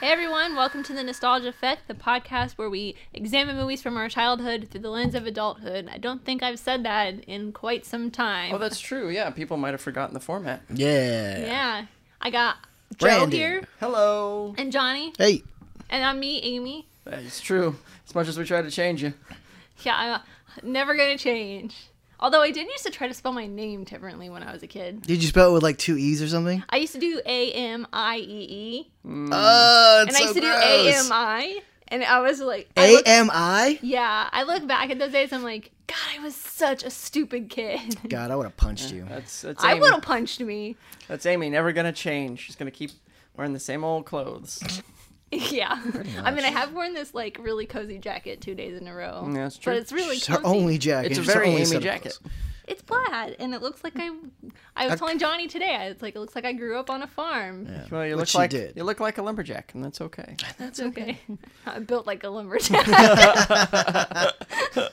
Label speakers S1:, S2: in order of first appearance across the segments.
S1: Hey everyone, welcome to the Nostalgia Effect, the podcast where we examine movies from our childhood through the lens of adulthood. I don't think I've said that in quite some time.
S2: Oh, that's true. Yeah, people might have forgotten the format.
S3: Yeah.
S1: yeah. I got Joe
S3: Brandon.
S1: here
S2: Hello.
S1: and Johnny,
S3: Hey.
S1: and I'm me, Amy.
S2: It's true. As much as we try to change you,
S1: Yeah, I'm never gonna change. Although I did used to try to spell my name differently when I was a kid.
S3: Did you spell it with like two E's or something?
S1: I used to do A M I E E,
S3: Oh,
S1: and
S3: it's
S1: I
S3: so
S1: used to do A
S3: gross.
S1: M I, and I was like, I
S3: A
S1: look-
S3: M I?
S1: yeah. I look back at those days, I'm like, God, I was such a stupid kid.
S3: God, I would have punched you.
S2: that's that's
S1: I
S2: Amy.
S1: would have punched me.
S2: That's Amy. Never gonna change. She's gonna keep wearing the same old clothes.
S1: Yeah. I mean, I have worn this like really cozy jacket two days in a row.
S2: Yeah, that's true.
S1: But it's really
S3: It's
S1: cozy.
S3: her only jacket.
S2: It's a
S3: It's her
S2: very
S3: only
S2: Amy
S3: set of
S2: jacket.
S3: clothes.
S1: It's plaid, and it looks like I. I was
S3: I-
S1: telling Johnny today. I was like, it looks like I grew up on a farm.
S2: Well, you
S3: Which
S2: look
S3: she
S2: like
S3: did.
S2: you look like a lumberjack, and that's okay.
S1: That's okay. I built like a lumberjack.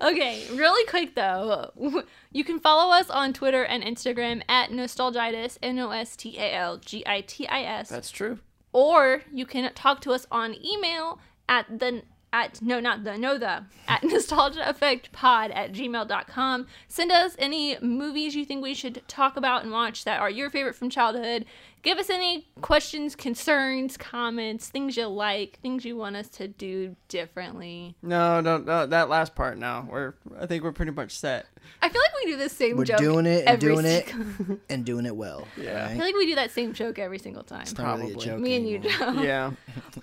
S1: okay, really quick though. You can follow us on Twitter and Instagram at Nostalgitis, N O S T A L G I T I S.
S2: That's true.
S1: or you can talk to us on email at the at no not the no the at nostalgiaeffectpod at gmail.com send us any movies you think we should talk about and watch that are your favorite from childhood give us any questions concerns comments things you like things you want us to do differently
S2: No, no, no. That last part. No, we're. I think we're pretty much set.
S1: i feel like we do the same
S3: We're
S1: joke
S3: doing it and
S1: every
S3: doing it
S1: single-
S3: and doing it well.
S2: Yeah.
S1: i feel like we do that same joke every single time
S3: Probably.
S2: Probably.
S3: a joke
S1: me and you
S3: anymore.
S1: joe
S2: Yeah.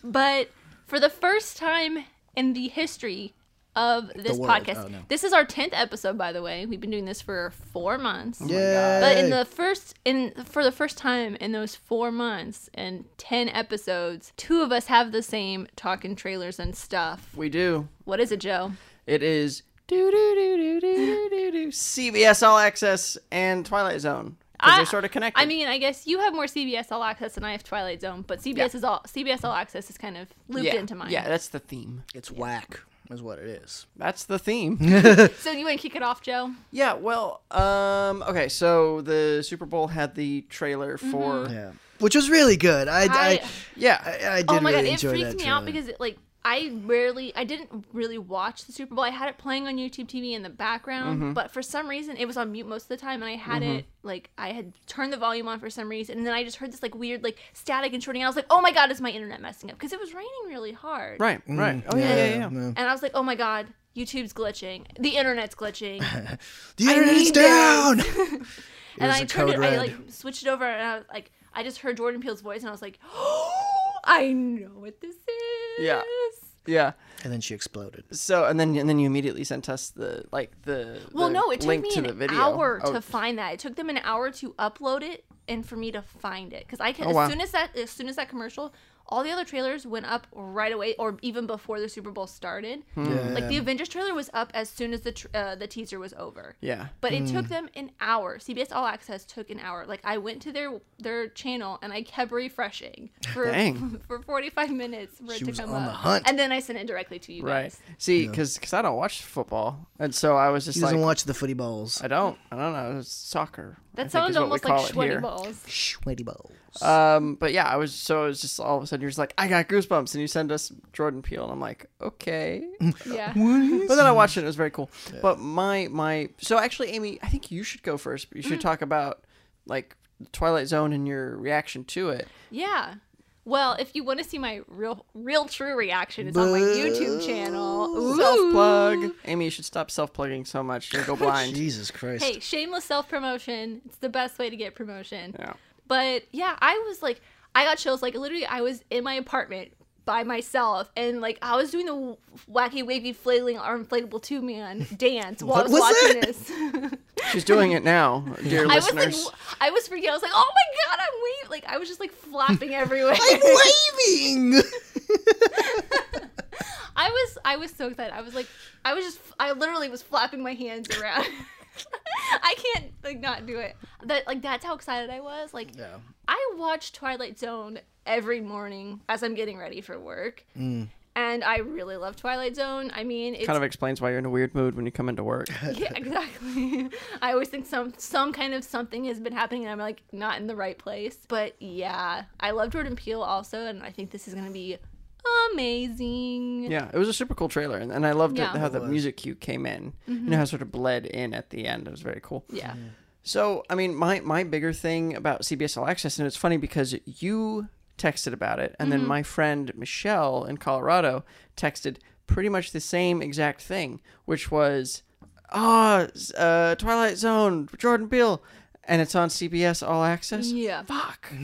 S1: but for the first time in the history of this
S3: world.
S1: podcast,
S3: Oh, no.
S1: this is our tenth episode, by the way. We've been doing this for four months.
S3: Yay.
S1: But in the first, in for the first time in those four months and ten episodes, two of us have the same talking trailers and stuff.
S2: We do.
S1: What is it, Joe?
S2: It is do do do do do do do CBS All Access and Twilight Zone. 'cause
S1: I-
S2: they're sort of connected.
S1: I mean, I guess you have more CBS All Access than I have Twilight Zone, but CBS is all CBS All Access is kind of looped
S2: yeah,
S1: into mine.
S2: yeah, that's the theme.
S3: It's whack, is what it is.
S2: That's the theme.
S1: So you want to kick it off, Joe?
S2: Yeah, well, um, okay, so the Super Bowl had the trailer
S1: Mm-hmm.
S2: for
S3: Yeah. Which was really good. I, I,
S1: I-
S2: yeah,
S3: I, I did
S1: Oh my
S3: really
S1: god, it
S3: enjoy
S1: freaked
S3: that
S1: me out
S3: trailer.
S1: because it, like I rarely, I didn't really watch the Super Bowl. I had it playing on YouTube TV in the background,
S3: Mm-hmm.
S1: but for some reason it was on mute most of the time, and I had it like I had turned the volume on for some reason, and then I just heard this like weird like static and shorting. I was like, oh my god, is my internet messing up? Because it was raining really hard,
S2: right,
S3: Mm,
S2: right. Oh yeah, yeah, yeah.
S1: And I was like, oh my god. YouTube's glitching. The internet's glitching.
S3: The internet is
S1: need this.
S3: down.
S1: and
S3: was
S1: I
S3: a
S1: turned it.
S3: code
S1: I
S3: red.
S1: like switched it over, and I was like, I just heard Jordan Peele's voice, and I was like, oh, I know what this is.
S2: Yeah. Yeah.
S3: and then she exploded.
S2: So and then and then you immediately sent us the like the
S1: Well,
S2: the
S1: no, it took
S2: link
S1: me
S2: to
S1: an
S2: the video.
S1: hour
S2: Oh,
S1: to find that. It took them an hour to upload it and for me to find it because I can
S2: Oh,
S1: as
S2: wow.
S1: soon as that as soon as that commercial, all the other trailers went up right away or even before the Super Bowl started.
S2: Hmm. Mm.
S1: Like the Avengers trailer was up as soon as the tr- uh, the teaser was over.
S2: yeah. Hmm.
S1: But it took them an hour. CBS All Access took an hour. Like I went to their their channel and I kept refreshing for
S2: Dang.
S1: for 45 minutes for it
S3: She
S1: to
S3: was
S1: come
S3: on
S1: up.
S3: the hunt.
S1: And then I sent it directly to you
S2: Right.
S1: guys.
S2: See, cuz I don't watch football. And so I was just
S3: She
S2: like
S3: doesn't watch the footy bowls.
S2: I don't I don't know, it's soccer.
S1: That
S2: I think
S1: sounds
S2: is what we
S1: almost
S2: call
S1: like
S2: it here.
S1: sweaty balls.
S3: Sweaty bowls.
S2: Um, but yeah, I was so it was just all of a sudden you're just like, I got goosebumps, and you send us Jordan Peele, and I'm like, okay.
S1: Yeah.
S2: but then I watched it. and It was very cool. But my my so actually, Amy, I think you should go first. You
S1: Mm-hmm.
S2: should talk about like Twilight Zone and your reaction to it.
S1: Yeah. Well, if you want to see my real, real, true reaction, it's on my YouTube channel.
S2: Self plug, Amy. You should stop self plugging so much. You'll go blind.
S3: Jesus Christ.
S1: Hey, shameless self promotion. It's the best way to get promotion.
S2: yeah.
S1: But yeah, I was like, I got chills. Like, literally, I was in my apartment by myself, and like, I was doing the wacky, wavy, flailing arm inflatable two man dance while I was,
S3: What was
S1: watching
S3: that?
S1: this.
S2: She's doing it now, dear
S1: I was like,
S2: listeners.
S1: w- I was freaking out. I was like, oh my god, I'm waving. Like, I was just like flapping everywhere.
S3: I'm waving.
S1: I was I was so excited. I was like I was just I literally was flapping my hands around. I can't like not do it. That like that's how excited I was. Like
S3: yeah.
S1: I watch Twilight Zone every morning as I'm getting ready for work. and I really love Twilight Zone. I mean, it's
S2: Mm. Kind of explains why you're in a weird mood when you come into work.
S1: yeah, exactly. I always think some some kind of something has been happening, and I'm like not in the right place. But yeah, I love Jordan Peele also, and I think this is gonna be amazing.
S2: Yeah, it was a super cool trailer, and, and I loved
S1: Yeah. Mm-hmm.
S2: it, how the
S3: was.
S2: music cue came in. You know how it sort of bled in at the end. It was very cool.
S1: Yeah,
S2: So, I mean, my my bigger thing about CBS All Access, and it's funny because you texted about it, and
S1: Mm-hmm.
S2: then my friend Michelle in Colorado texted pretty much the same exact thing, which was, "Ah, s- uh, Twilight Zone, Jordan Peele, and it's on CBS All Access."
S1: yeah. Mm-hmm.
S2: fuck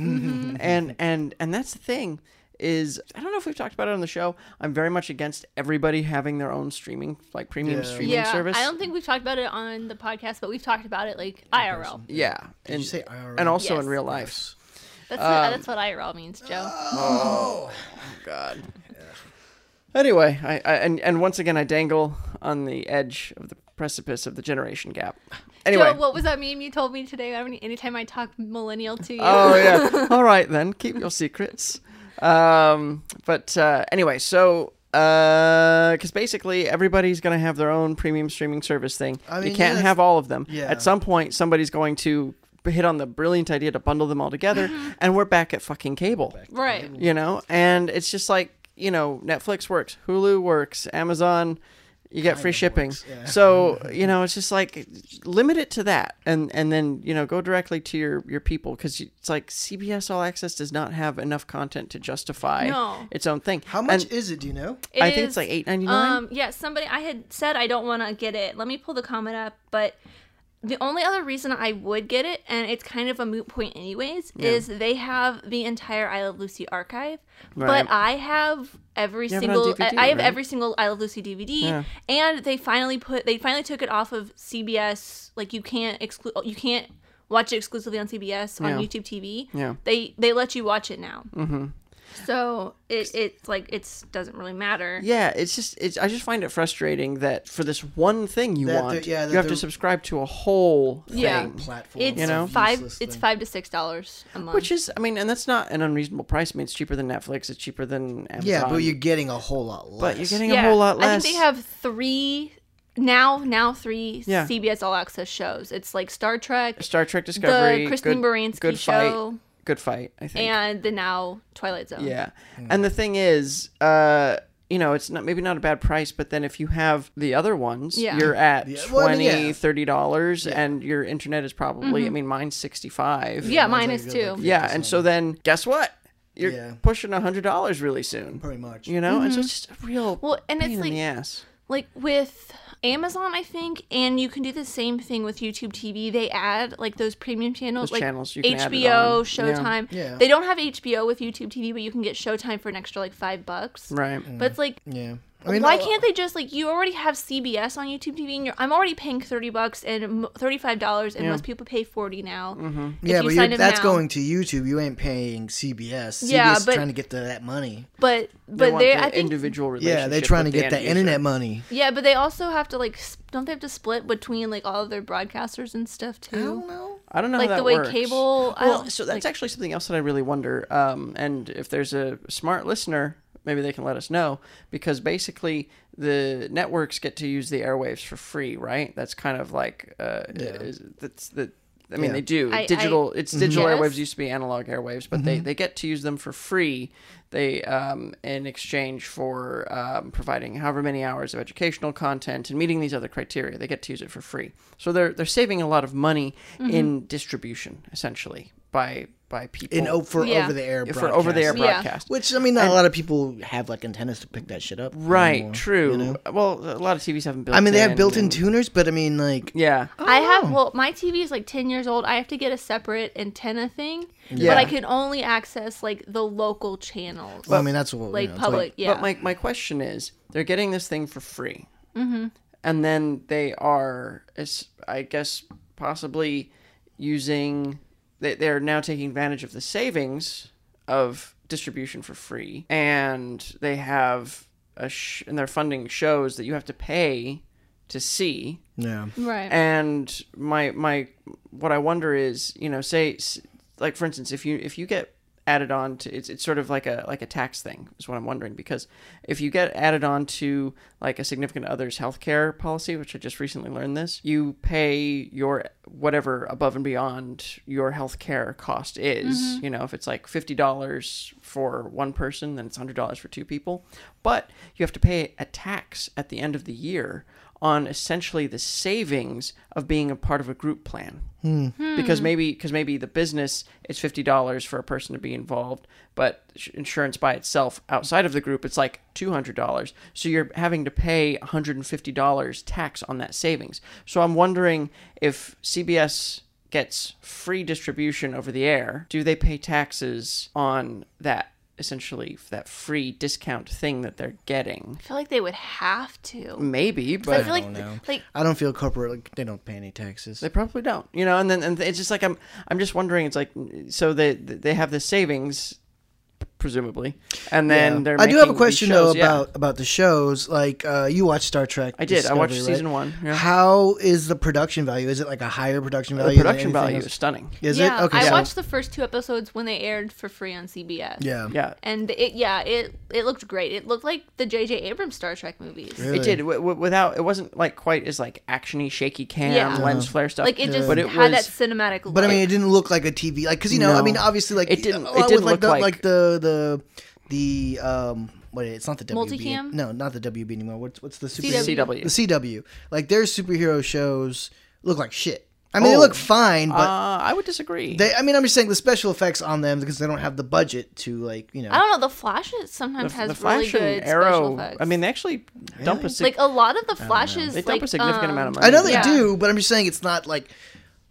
S2: and and and that's the thing is i don't know if we've talked about it on the show i'm very much against everybody having their own streaming like premium
S3: Yeah.
S2: streaming service
S1: I don't think we've talked about it on the podcast, but we've talked about it like IRL.
S2: yeah
S3: Did you say IRL?
S2: and also
S1: Yes.
S2: in real life
S1: That's
S2: Um,
S1: that's what IRL means, Joe.
S3: Oh.
S2: god anyway I, I and and once again i dangle on the edge of the precipice of the generation gap anyway
S1: Joe, what was that meme you told me today? I mean, Anytime I talk millennial to you,
S2: Oh yeah. All right then, keep your secrets. Um, but uh, anyway, so because basically everybody's going to have their own premium streaming service thing.
S3: I
S2: you
S3: mean,
S2: can't
S3: yeah,
S2: have all of them.
S3: yeah.
S2: At some point, somebody's going to hit on the brilliant idea to bundle them all together, and we're back at fucking cable
S1: right?
S2: you know and it's just like you know netflix works hulu works amazon you get free shipping
S3: works, yeah.
S2: so you know it's just like limit it to that and and then you know go directly to your your people because it's like cbs all access does not have enough content to justify
S1: No.
S2: its own thing
S3: How much
S2: And
S3: is it? Do you know?
S1: It
S2: i think
S1: is-
S2: it's like 8.99
S1: Um, yeah, somebody I had said I don't want to get it. Let me pull the comment up, but the only other reason I would get it, and it's kind of a moot point anyways, is they have the entire I Love Lucy archive,
S2: Right.
S1: but I have every
S2: have it on
S1: single I-
S2: DVD,
S1: I have
S2: right?
S1: every single I Love Lucy DVD,
S2: Yeah.
S1: and they finally put they finally took it off of CBS. Like you can't exclude you can't watch it exclusively on CBS on
S2: Yeah.
S1: YouTube TV.
S2: Yeah.
S1: they they let you watch it now. Mm-hmm. So it it's like it's doesn't really matter.
S2: yeah, it's just it's. I just find it frustrating that for this one thing you
S3: That they're-
S2: want,
S3: yeah, that
S2: you have to
S3: they're-
S2: subscribe to a whole
S1: Yeah.
S2: thing.
S3: Platform.
S1: It's
S2: You know?
S1: five.
S3: Useless
S1: It's
S3: thing.
S1: five to six dollars a month.
S2: Which is, I mean, and that's not an unreasonable price. I mean, it's cheaper than Netflix. It's cheaper than Amazon.
S3: Yeah, but you're getting a whole lot less.
S2: but you're getting a whole lot
S1: I
S2: less.
S1: think they have three now. Now three
S2: Yeah.
S1: CBS All Access shows. It's like Star Trek,
S2: Star Trek Discovery,
S1: the Christine Baranski show,
S2: fight, good fight. I think.
S1: and the now Twilight Zone.
S2: yeah,
S3: Hmm.
S2: and the thing is, uh, you know, it's not maybe not a bad price, but then if you have the other ones,
S1: Yeah.
S2: you're at
S3: Yeah, well, I mean,
S2: twenty,
S3: yeah.
S2: thirty dollars, and your internet is probably. I mean, mine's sixty five.
S1: Mm-hmm. yeah,
S3: mine's
S1: mine
S3: like
S1: is
S3: a good, like,
S1: too.
S2: yeah, and so then guess what? You're
S3: Yeah.
S2: pushing a hundred dollars really soon.
S3: pretty much.
S2: You know, and so it's just a real
S1: Mm-hmm. Well, and
S2: pain
S1: it's
S2: in
S1: like-
S2: the ass.
S1: like with Amazon, I think, and you can do the same thing with YouTube TV. They add like those premium channels,
S2: Those
S1: like
S2: channels you can add it
S1: HBO,
S2: on. Yeah.
S1: Showtime.
S3: Yeah.
S1: They don't have HBO with YouTube TV, but you can get Showtime for an extra like five bucks.
S2: Right.
S1: But it's like
S3: Yeah.
S1: Why
S3: uh,
S1: can't they just like you already have CBS on YouTube TV and you're, I'm already paying thirty bucks and m- thirty five dollars and most people pay forty now. if
S3: Mm-hmm. Yeah,
S1: you
S3: but
S1: sign
S3: you're,
S1: up
S3: that's
S1: now.
S3: going to YouTube. You ain't paying CBS. CBS
S1: Yeah,
S3: is
S1: but-
S3: trying to get the, that money.
S1: But
S2: They
S1: but
S2: want
S1: they
S2: the
S1: I think
S2: individual relationship.
S3: Yeah, they're trying to
S2: with
S3: get
S2: the
S3: that
S2: end user.
S3: internet money.
S1: yeah, but they also have to like s- don't they have to split between like all of their broadcasters and stuff too?
S3: know.
S2: I don't know
S1: Like
S2: how that
S1: the way
S2: works.
S1: cable. I
S2: Well,
S1: don't-
S2: so that's
S1: like,
S2: actually something else that I really wonder. Um, and if there's a smart listener, maybe they can let us know because basically the networks get to use the airwaves for free, right? That's kind of like uh, is, that's the. I mean,
S3: Yeah.
S2: they do
S1: I-
S2: digital. it's digital
S1: Yes.
S2: airwaves used to be analog airwaves, but
S3: Mm-hmm.
S2: they, they get to use them for free. They um, in exchange for um, providing however many hours of educational content and meeting these other criteria, they get to use it for free. So they're they're saving a lot of money
S3: Mm-hmm.
S2: in distribution essentially by by people
S3: In o- for
S1: Yeah.
S3: over the air.
S2: for over the air
S1: Yeah.
S2: broadcast.
S3: Which I mean, not a lot of people have like antennas to pick that shit up.
S2: Right,
S3: anymore,
S2: true.
S3: you know?
S2: Well, a lot of TVs haven't built.
S3: I mean, they have
S2: in
S3: built-in
S2: and-
S3: tuners, but I mean, like,
S2: Yeah,
S1: I have well, my TV is like ten years old. I have to get a separate antenna thing,
S2: Yeah.
S1: but I can only access like the local channels,
S3: well, I mean, that's what you
S1: like
S3: know, it's
S1: public. yeah,
S2: But my, my question is, they're getting this thing for free, mm-hmm. and then they are, it's- I guess, possibly using. They they are now taking advantage of the savings of distribution for free, and they have a sh- and they're funding shows that you have to pay to see.
S3: yeah,
S1: right.
S2: And my my what I wonder is, you know, say s- like for instance, if you if you get added on to it's it's sort of like a like a tax thing is what I'm wondering because if you get added on to like a significant other's healthcare policy, which I just recently learned this, you pay your whatever above and beyond your healthcare cost is. You know, if it's like fifty dollars for one person, then it's hundred dollars for two people. But you have to pay a tax at the end of the year on essentially the savings of being a part of a group plan. Because maybe because maybe the business it's fifty dollars for a person to be involved, but sh- insurance by itself outside of the group it's like two hundred dollars. So you're having to pay one hundred and fifty dollars tax on that savings. So I'm wondering if CBS gets free distribution over the air, do they pay taxes on that essentially that free discount thing that they're getting?
S1: I feel like they would have to.
S2: Maybe,
S1: I,
S2: but
S1: feel like
S3: know.
S1: like
S3: I Mm, don't feel corporate. Like, they don't pay any taxes.
S2: They probably don't, you know. And then and it's just like I'm I'm just wondering. It's like so they they have the savings, presumably, and then
S3: Yeah.
S2: they're.
S3: I do have
S2: making
S3: a
S2: these
S3: question
S2: shows,
S3: though
S2: yeah.
S3: about about the shows. Like uh, you watched Star Trek.
S2: I did. I watched
S3: Discovery, right?
S2: season one, yeah.
S3: How is the production value? Is it like a higher production value?
S2: the
S3: than
S2: production
S3: anything
S2: value
S3: else?
S2: is stunning.
S3: Is
S1: yeah,
S3: it okay?
S1: I
S3: so-
S1: watched the first two episodes when they aired for free on CBS.
S3: Yeah.
S2: Yeah,
S1: And it yeah, it it looked great. It looked like the J.J. Abrams Star Trek movies.
S3: Really?
S2: it did. W- w- without it wasn't like quite as like actiony, shaky cam,
S1: Yeah.
S2: lens
S3: Uh-huh.
S2: flare stuff.
S1: Like it just
S2: but it
S1: had that
S2: was
S1: cinematic look.
S3: But I mean, it didn't look like a TV, like because you know, I
S2: No.
S3: mean, obviously, like
S2: It didn't-
S3: a
S2: it
S3: lot
S2: didn't
S3: with, like,
S2: look
S3: the,
S2: like-
S3: like the the the um. What it's not the WB.
S1: Multicam?
S3: No, not the WB anymore. What's what's the super
S1: CW.
S2: CW.
S3: The CW. Like their superhero shows look like shit. I mean, they
S2: Oh.
S3: look fine, but
S2: uh, I would disagree.
S3: they. I mean, I'm just saying the special effects on them because they don't have the budget to like you know.
S1: I don't know. The Flash is- sometimes has really good special effects.
S2: I mean, they actually dump a sig-
S1: like a lot of the flashes,
S2: they
S1: like,
S2: dump a significant
S1: um,
S2: amount of money.
S3: I know they
S1: Yeah.
S3: do, but I'm just saying it's not like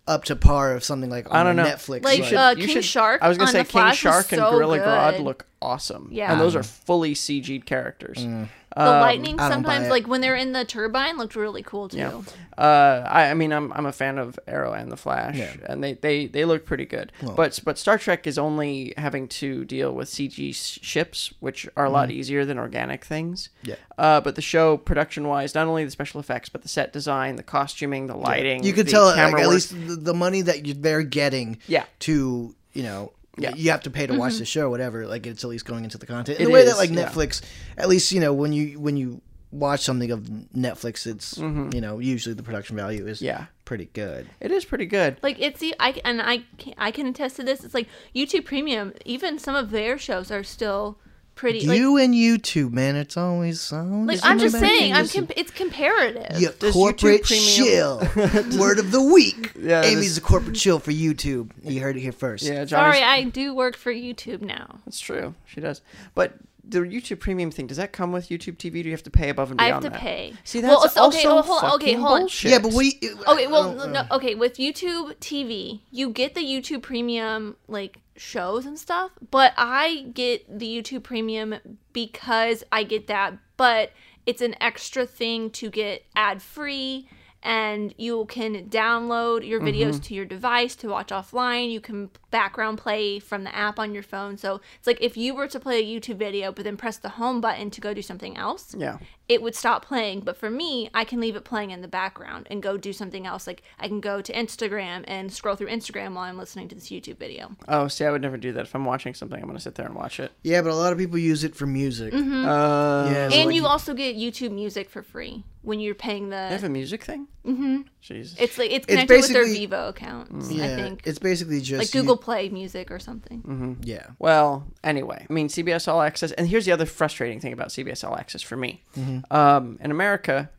S3: up to par of something like on
S2: I don't know.
S3: Netflix.
S1: Like,
S2: You
S1: uh,
S2: you
S1: King Shark
S2: I was gonna
S1: on
S2: say
S1: The
S2: King
S1: Flash was
S2: Shark and
S1: so
S2: Gorilla Grodd
S1: good.
S2: look awesome.
S1: Yeah.
S2: and those are fully CG'd characters.
S3: Mm.
S1: The lightning
S3: Um, I don't buy
S1: sometimes,
S3: it.
S1: like when they're in the turbine, looked really cool too. Yeah,
S2: Uh, I, I mean, I'm I'm a fan of Arrow and the Flash, and they, they, they look pretty good. But but Star Trek is only having to deal with CG s- ships, which are a lot easier than organic things.
S3: Mm. Yeah.
S2: Uh, but the show production wise, not only the special effects, but the set design, the costuming, the lighting,
S3: you could
S2: the
S3: tell like,
S2: camera
S3: at
S2: work.
S3: least the, the money that you, they're getting
S2: Yeah.
S3: to you know you have to pay to
S1: Mm-hmm.
S3: watch the show whatever like it's at least going into the content in
S2: It
S3: the way
S2: is,
S3: that like
S2: yeah.
S3: netflix at least you know when you when you watch something of netflix it's you know usually the production value is
S2: Mm-hmm. Yeah.
S3: pretty good
S2: it is pretty good.
S1: like it's the I and I can, I can attest to this. It's like YouTube Premium. Even some of their shows are still pretty. Like,
S3: you and youtube man it's always always
S1: like I'm
S3: something
S1: just
S3: about
S1: saying,
S3: you.
S1: I'm
S3: Listen,
S1: com- it's comparative.
S3: you
S2: Does YouTube
S3: corporate chill.
S2: Premium-
S3: Word of the week.
S2: Yeah,
S3: Amy's
S2: this-
S3: a corporate chill for YouTube. You heard it here first.
S2: Yeah, Johnny's
S1: Sorry, I do work for YouTube now.
S2: That's true. She does. But the YouTube Premium thing does that come with YouTube TV? Do you have to pay above and
S1: I
S2: beyond
S1: have to
S2: that?
S1: pay.
S2: See, that's
S1: Well, so-
S2: also
S1: okay, oh, hold on, okay,
S2: fucking
S1: hold on.
S2: bullshit.
S3: Yeah, but we.
S1: Okay, well,
S3: I don't-
S1: no, okay, with YouTube TV, you get the YouTube Premium like shows and stuff, but I get the YouTube Premium because I get that, but it's an extra thing to get ad free and you can download your videos
S3: Mm-hmm.
S1: to your device to watch offline. You can background play from the app on your phone. So, it's like if you were to play a YouTube video but then press the home button to go do something else,
S2: Yeah.
S1: it would stop playing. But for me, I can leave it playing in the background and go do something else. Like I can go to Instagram and scroll through Instagram while I'm listening to this YouTube video.
S2: Oh, see, I would never do that. If I'm watching something, I'm going to sit there and watch it.
S3: Yeah, but a lot of people use it for music.
S2: Uh,
S3: Yeah, so,
S1: Mm-hmm. and
S3: like,
S1: you also get YouTube music for free when you're paying
S2: They have
S1: the.
S2: a music thing? Mm-hmm. Jesus.
S1: It's like it's connected with their
S3: basically-
S1: Vivo accounts.
S3: yeah,
S1: I think
S3: it's basically just Mm.
S1: like Google Play Music or something.
S3: You, yeah,
S2: Well, anyway, I mean, CBS All Access, and here's the other frustrating thing about CBS All Access for me.
S3: Mm-hmm.
S2: Um, in America,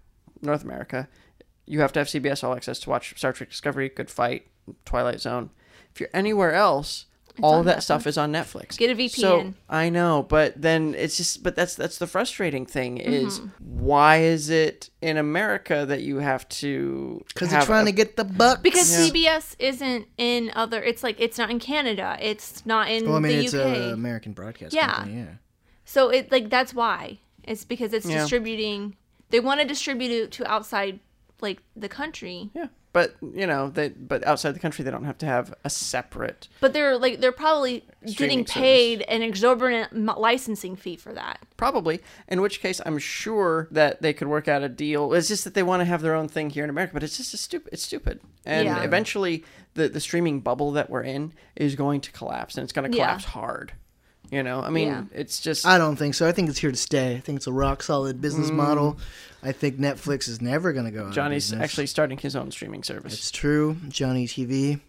S2: North America, you have to have CBS All Access to watch Star Trek Discovery, Good Fight, Twilight Zone. If you're anywhere else, all of that stuff is on Netflix.
S1: Get a
S2: So,
S1: VPN.
S2: I know, but then it's just, but that's that's the frustrating thing is why is it in America that you have to
S3: because they're
S2: have
S3: trying
S2: a-
S3: to get the bucks.
S1: Because CBS isn't in other. It's like it's not in Canada. It's not in
S3: well, I mean,
S1: the
S3: it's uh,
S1: UK.
S3: a American broadcast.
S1: Yeah.
S3: company, yeah.
S1: So it like that's why it's because it's
S2: Yeah.
S1: distributing. They want to distribute it to outside like the country,
S2: Yeah, but you know, they but outside the country, they don't have to have a separate.
S1: but they're like they're probably
S2: Streaming
S1: getting paid an exorbitant m- licensing fee for that.
S2: Probably, in which case, I'm sure that they could work out a deal. It's just that they want to have their own thing here in America, but it's just a stupid. It's stupid, and
S1: Yeah.
S2: eventually the the streaming bubble that we're in is going to collapse and it's going to
S1: Yeah.
S2: collapse hard. You know, I mean,
S1: Yeah.
S2: it's just
S3: I don't think so. I think it's here to stay. I think it's a rock solid business model. I think Netflix is never going to go out. of
S2: Johnny's
S3: business.
S2: actually starting his own streaming service.
S3: It's true. Johnny TV.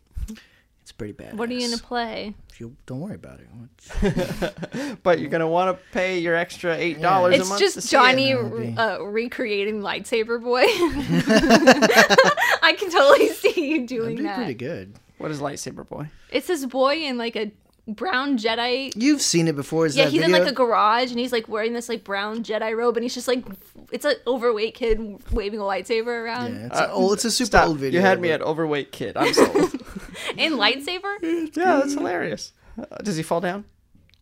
S3: It's pretty bad.
S1: What are you gonna play?
S3: If you don't worry about it.
S2: but you're gonna want to pay your extra eight dollars a
S1: It's
S2: month. to
S1: just
S2: see it.
S1: Johnny
S3: maybe.
S1: uh, recreating lightsaber boy. I can totally see you
S3: It'd
S1: doing
S3: be
S1: that.
S3: pretty good.
S2: What is lightsaber boy?
S1: It's this boy in like a brown Jedi.
S3: You've seen it before. Is
S1: Yeah,
S3: that
S1: he's
S3: video?
S1: in like a garage and he's like wearing this like brown Jedi robe and he's just like, it's an overweight kid waving a lightsaber around.
S3: Yeah, it's, a old, it's a super
S2: Uh, Stop!
S3: old video.
S2: you had me
S3: but-
S2: at overweight kid. I'm sold.
S1: In lightsaber? Uh,
S2: yeah, that's hilarious. Uh, does he fall down?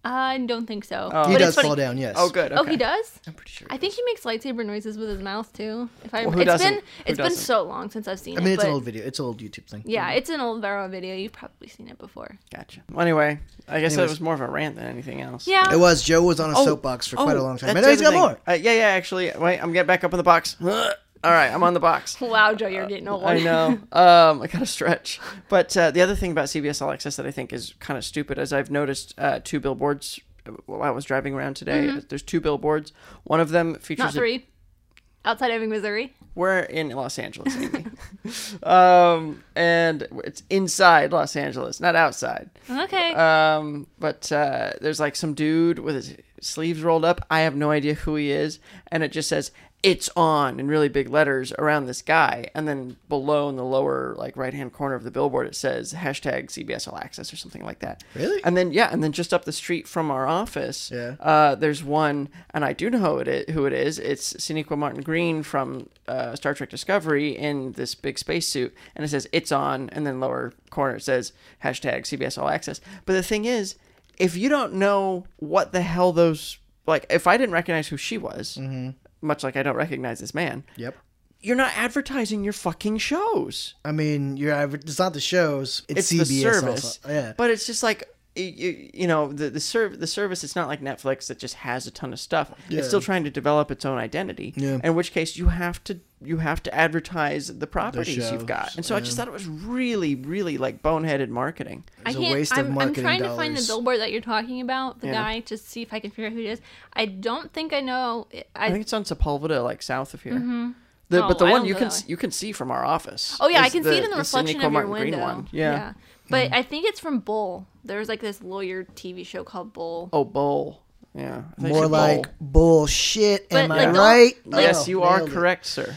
S1: I don't think so.
S3: He
S1: But it's
S3: does
S1: funny-
S3: fall down. Yes.
S2: Oh, good. Okay.
S1: Oh, he does.
S3: I'm pretty sure.
S1: I think he makes lightsaber noises with his mouth too. If I,
S2: Well,
S1: it's
S2: who doesn't?
S1: been
S2: Who
S1: it's been
S2: doesn't?
S1: so long since I've seen
S3: I mean,
S1: it.
S3: it's an
S1: but-
S3: old video. It's an old YouTube thing.
S1: Yeah, it's an old viral video. You've probably seen it before.
S2: Gotcha. Well, anyway, I guess that
S3: Anyways.
S2: was more of a rant than anything else.
S1: Yeah.
S3: It was. Joe was on a
S2: Oh,
S3: soapbox for quite a long time.
S2: that's
S3: And now he's
S2: the
S3: got
S2: other
S3: more.
S2: thing. Uh, yeah, yeah. Actually, wait. I'm getting back up in the box. All right, I'm on the box.
S1: Wow, Joe, you're getting old.
S2: I know. Um, I gotta stretch. But uh, the other thing about CBS All Access that I think is kind of stupid is I've noticed uh, two billboards uh, while I was driving around today. There's two billboards. One of them features.
S1: Not
S2: a-
S1: three. Outside of Missouri.
S2: we're in Los Angeles, Amy. um, and it's inside Los Angeles, not outside.
S1: Okay.
S2: Um, but uh, there's like some dude with his sleeves rolled up. I have no idea who he is, and it just says "It's on" in really big letters around this guy, and then below in the lower like right hand corner of the billboard it says hashtag CBS All Access or something like that.
S3: Really?
S2: And then yeah, and then just up the street from our office,
S3: Yeah.
S2: uh, there's one, and I do know who it is. Who it is? It's Sinequa Martin Green from uh, Star Trek Discovery in this big spacesuit, and it says "It's on," and then lower corner it says hashtag CBS All Access. But the thing is, if you don't know what the hell those like, if I didn't recognize who she was, much like I don't recognize this man,
S3: Yep.
S2: you're not advertising your fucking shows.
S3: I mean, you're aver- it's not the shows.
S2: It's
S3: It's,
S2: the
S3: CBS
S2: service,
S3: Also. Oh, Yeah.
S2: but it's just like you, you know the the serv- the service. It's not like Netflix that just has a ton of stuff.
S3: Yeah.
S2: It's still trying to develop its own identity.
S3: Yeah.
S2: In which case, you have to you have to advertise the properties you've got.
S3: shows,
S2: And so I just thought it was really, really like boneheaded marketing.
S1: I
S3: a
S1: can't.
S3: waste of
S1: I'm, I'm
S3: marketing
S1: trying to find the
S3: dollars.
S1: billboard that you're talking about, the
S2: Yeah.
S1: guy, to see if I can figure out who it is. I don't think I know. I,
S2: I think it's on Sepulveda, like south of here. The,
S1: Oh,
S2: but the
S1: I
S2: one
S1: don't
S2: you
S1: go
S2: can
S1: that
S2: s-
S1: way.
S2: you can see from our office.
S1: oh yeah, I
S2: is
S1: can see it in the reflection
S2: Sinequa
S1: of your
S2: Martin Green
S1: window.
S2: one. Yeah.
S1: But I think it's from Bull. There's like this lawyer TV show called Bull.
S2: Oh, bowl. Yeah. I think
S3: More
S2: it's
S3: like
S2: bowl.
S3: bullshit.
S1: But,
S3: Am
S1: like,
S3: I
S1: don't-
S3: right?
S1: like-
S2: yes,
S3: Oh,
S2: you are
S3: nailed it.
S2: correct, sir.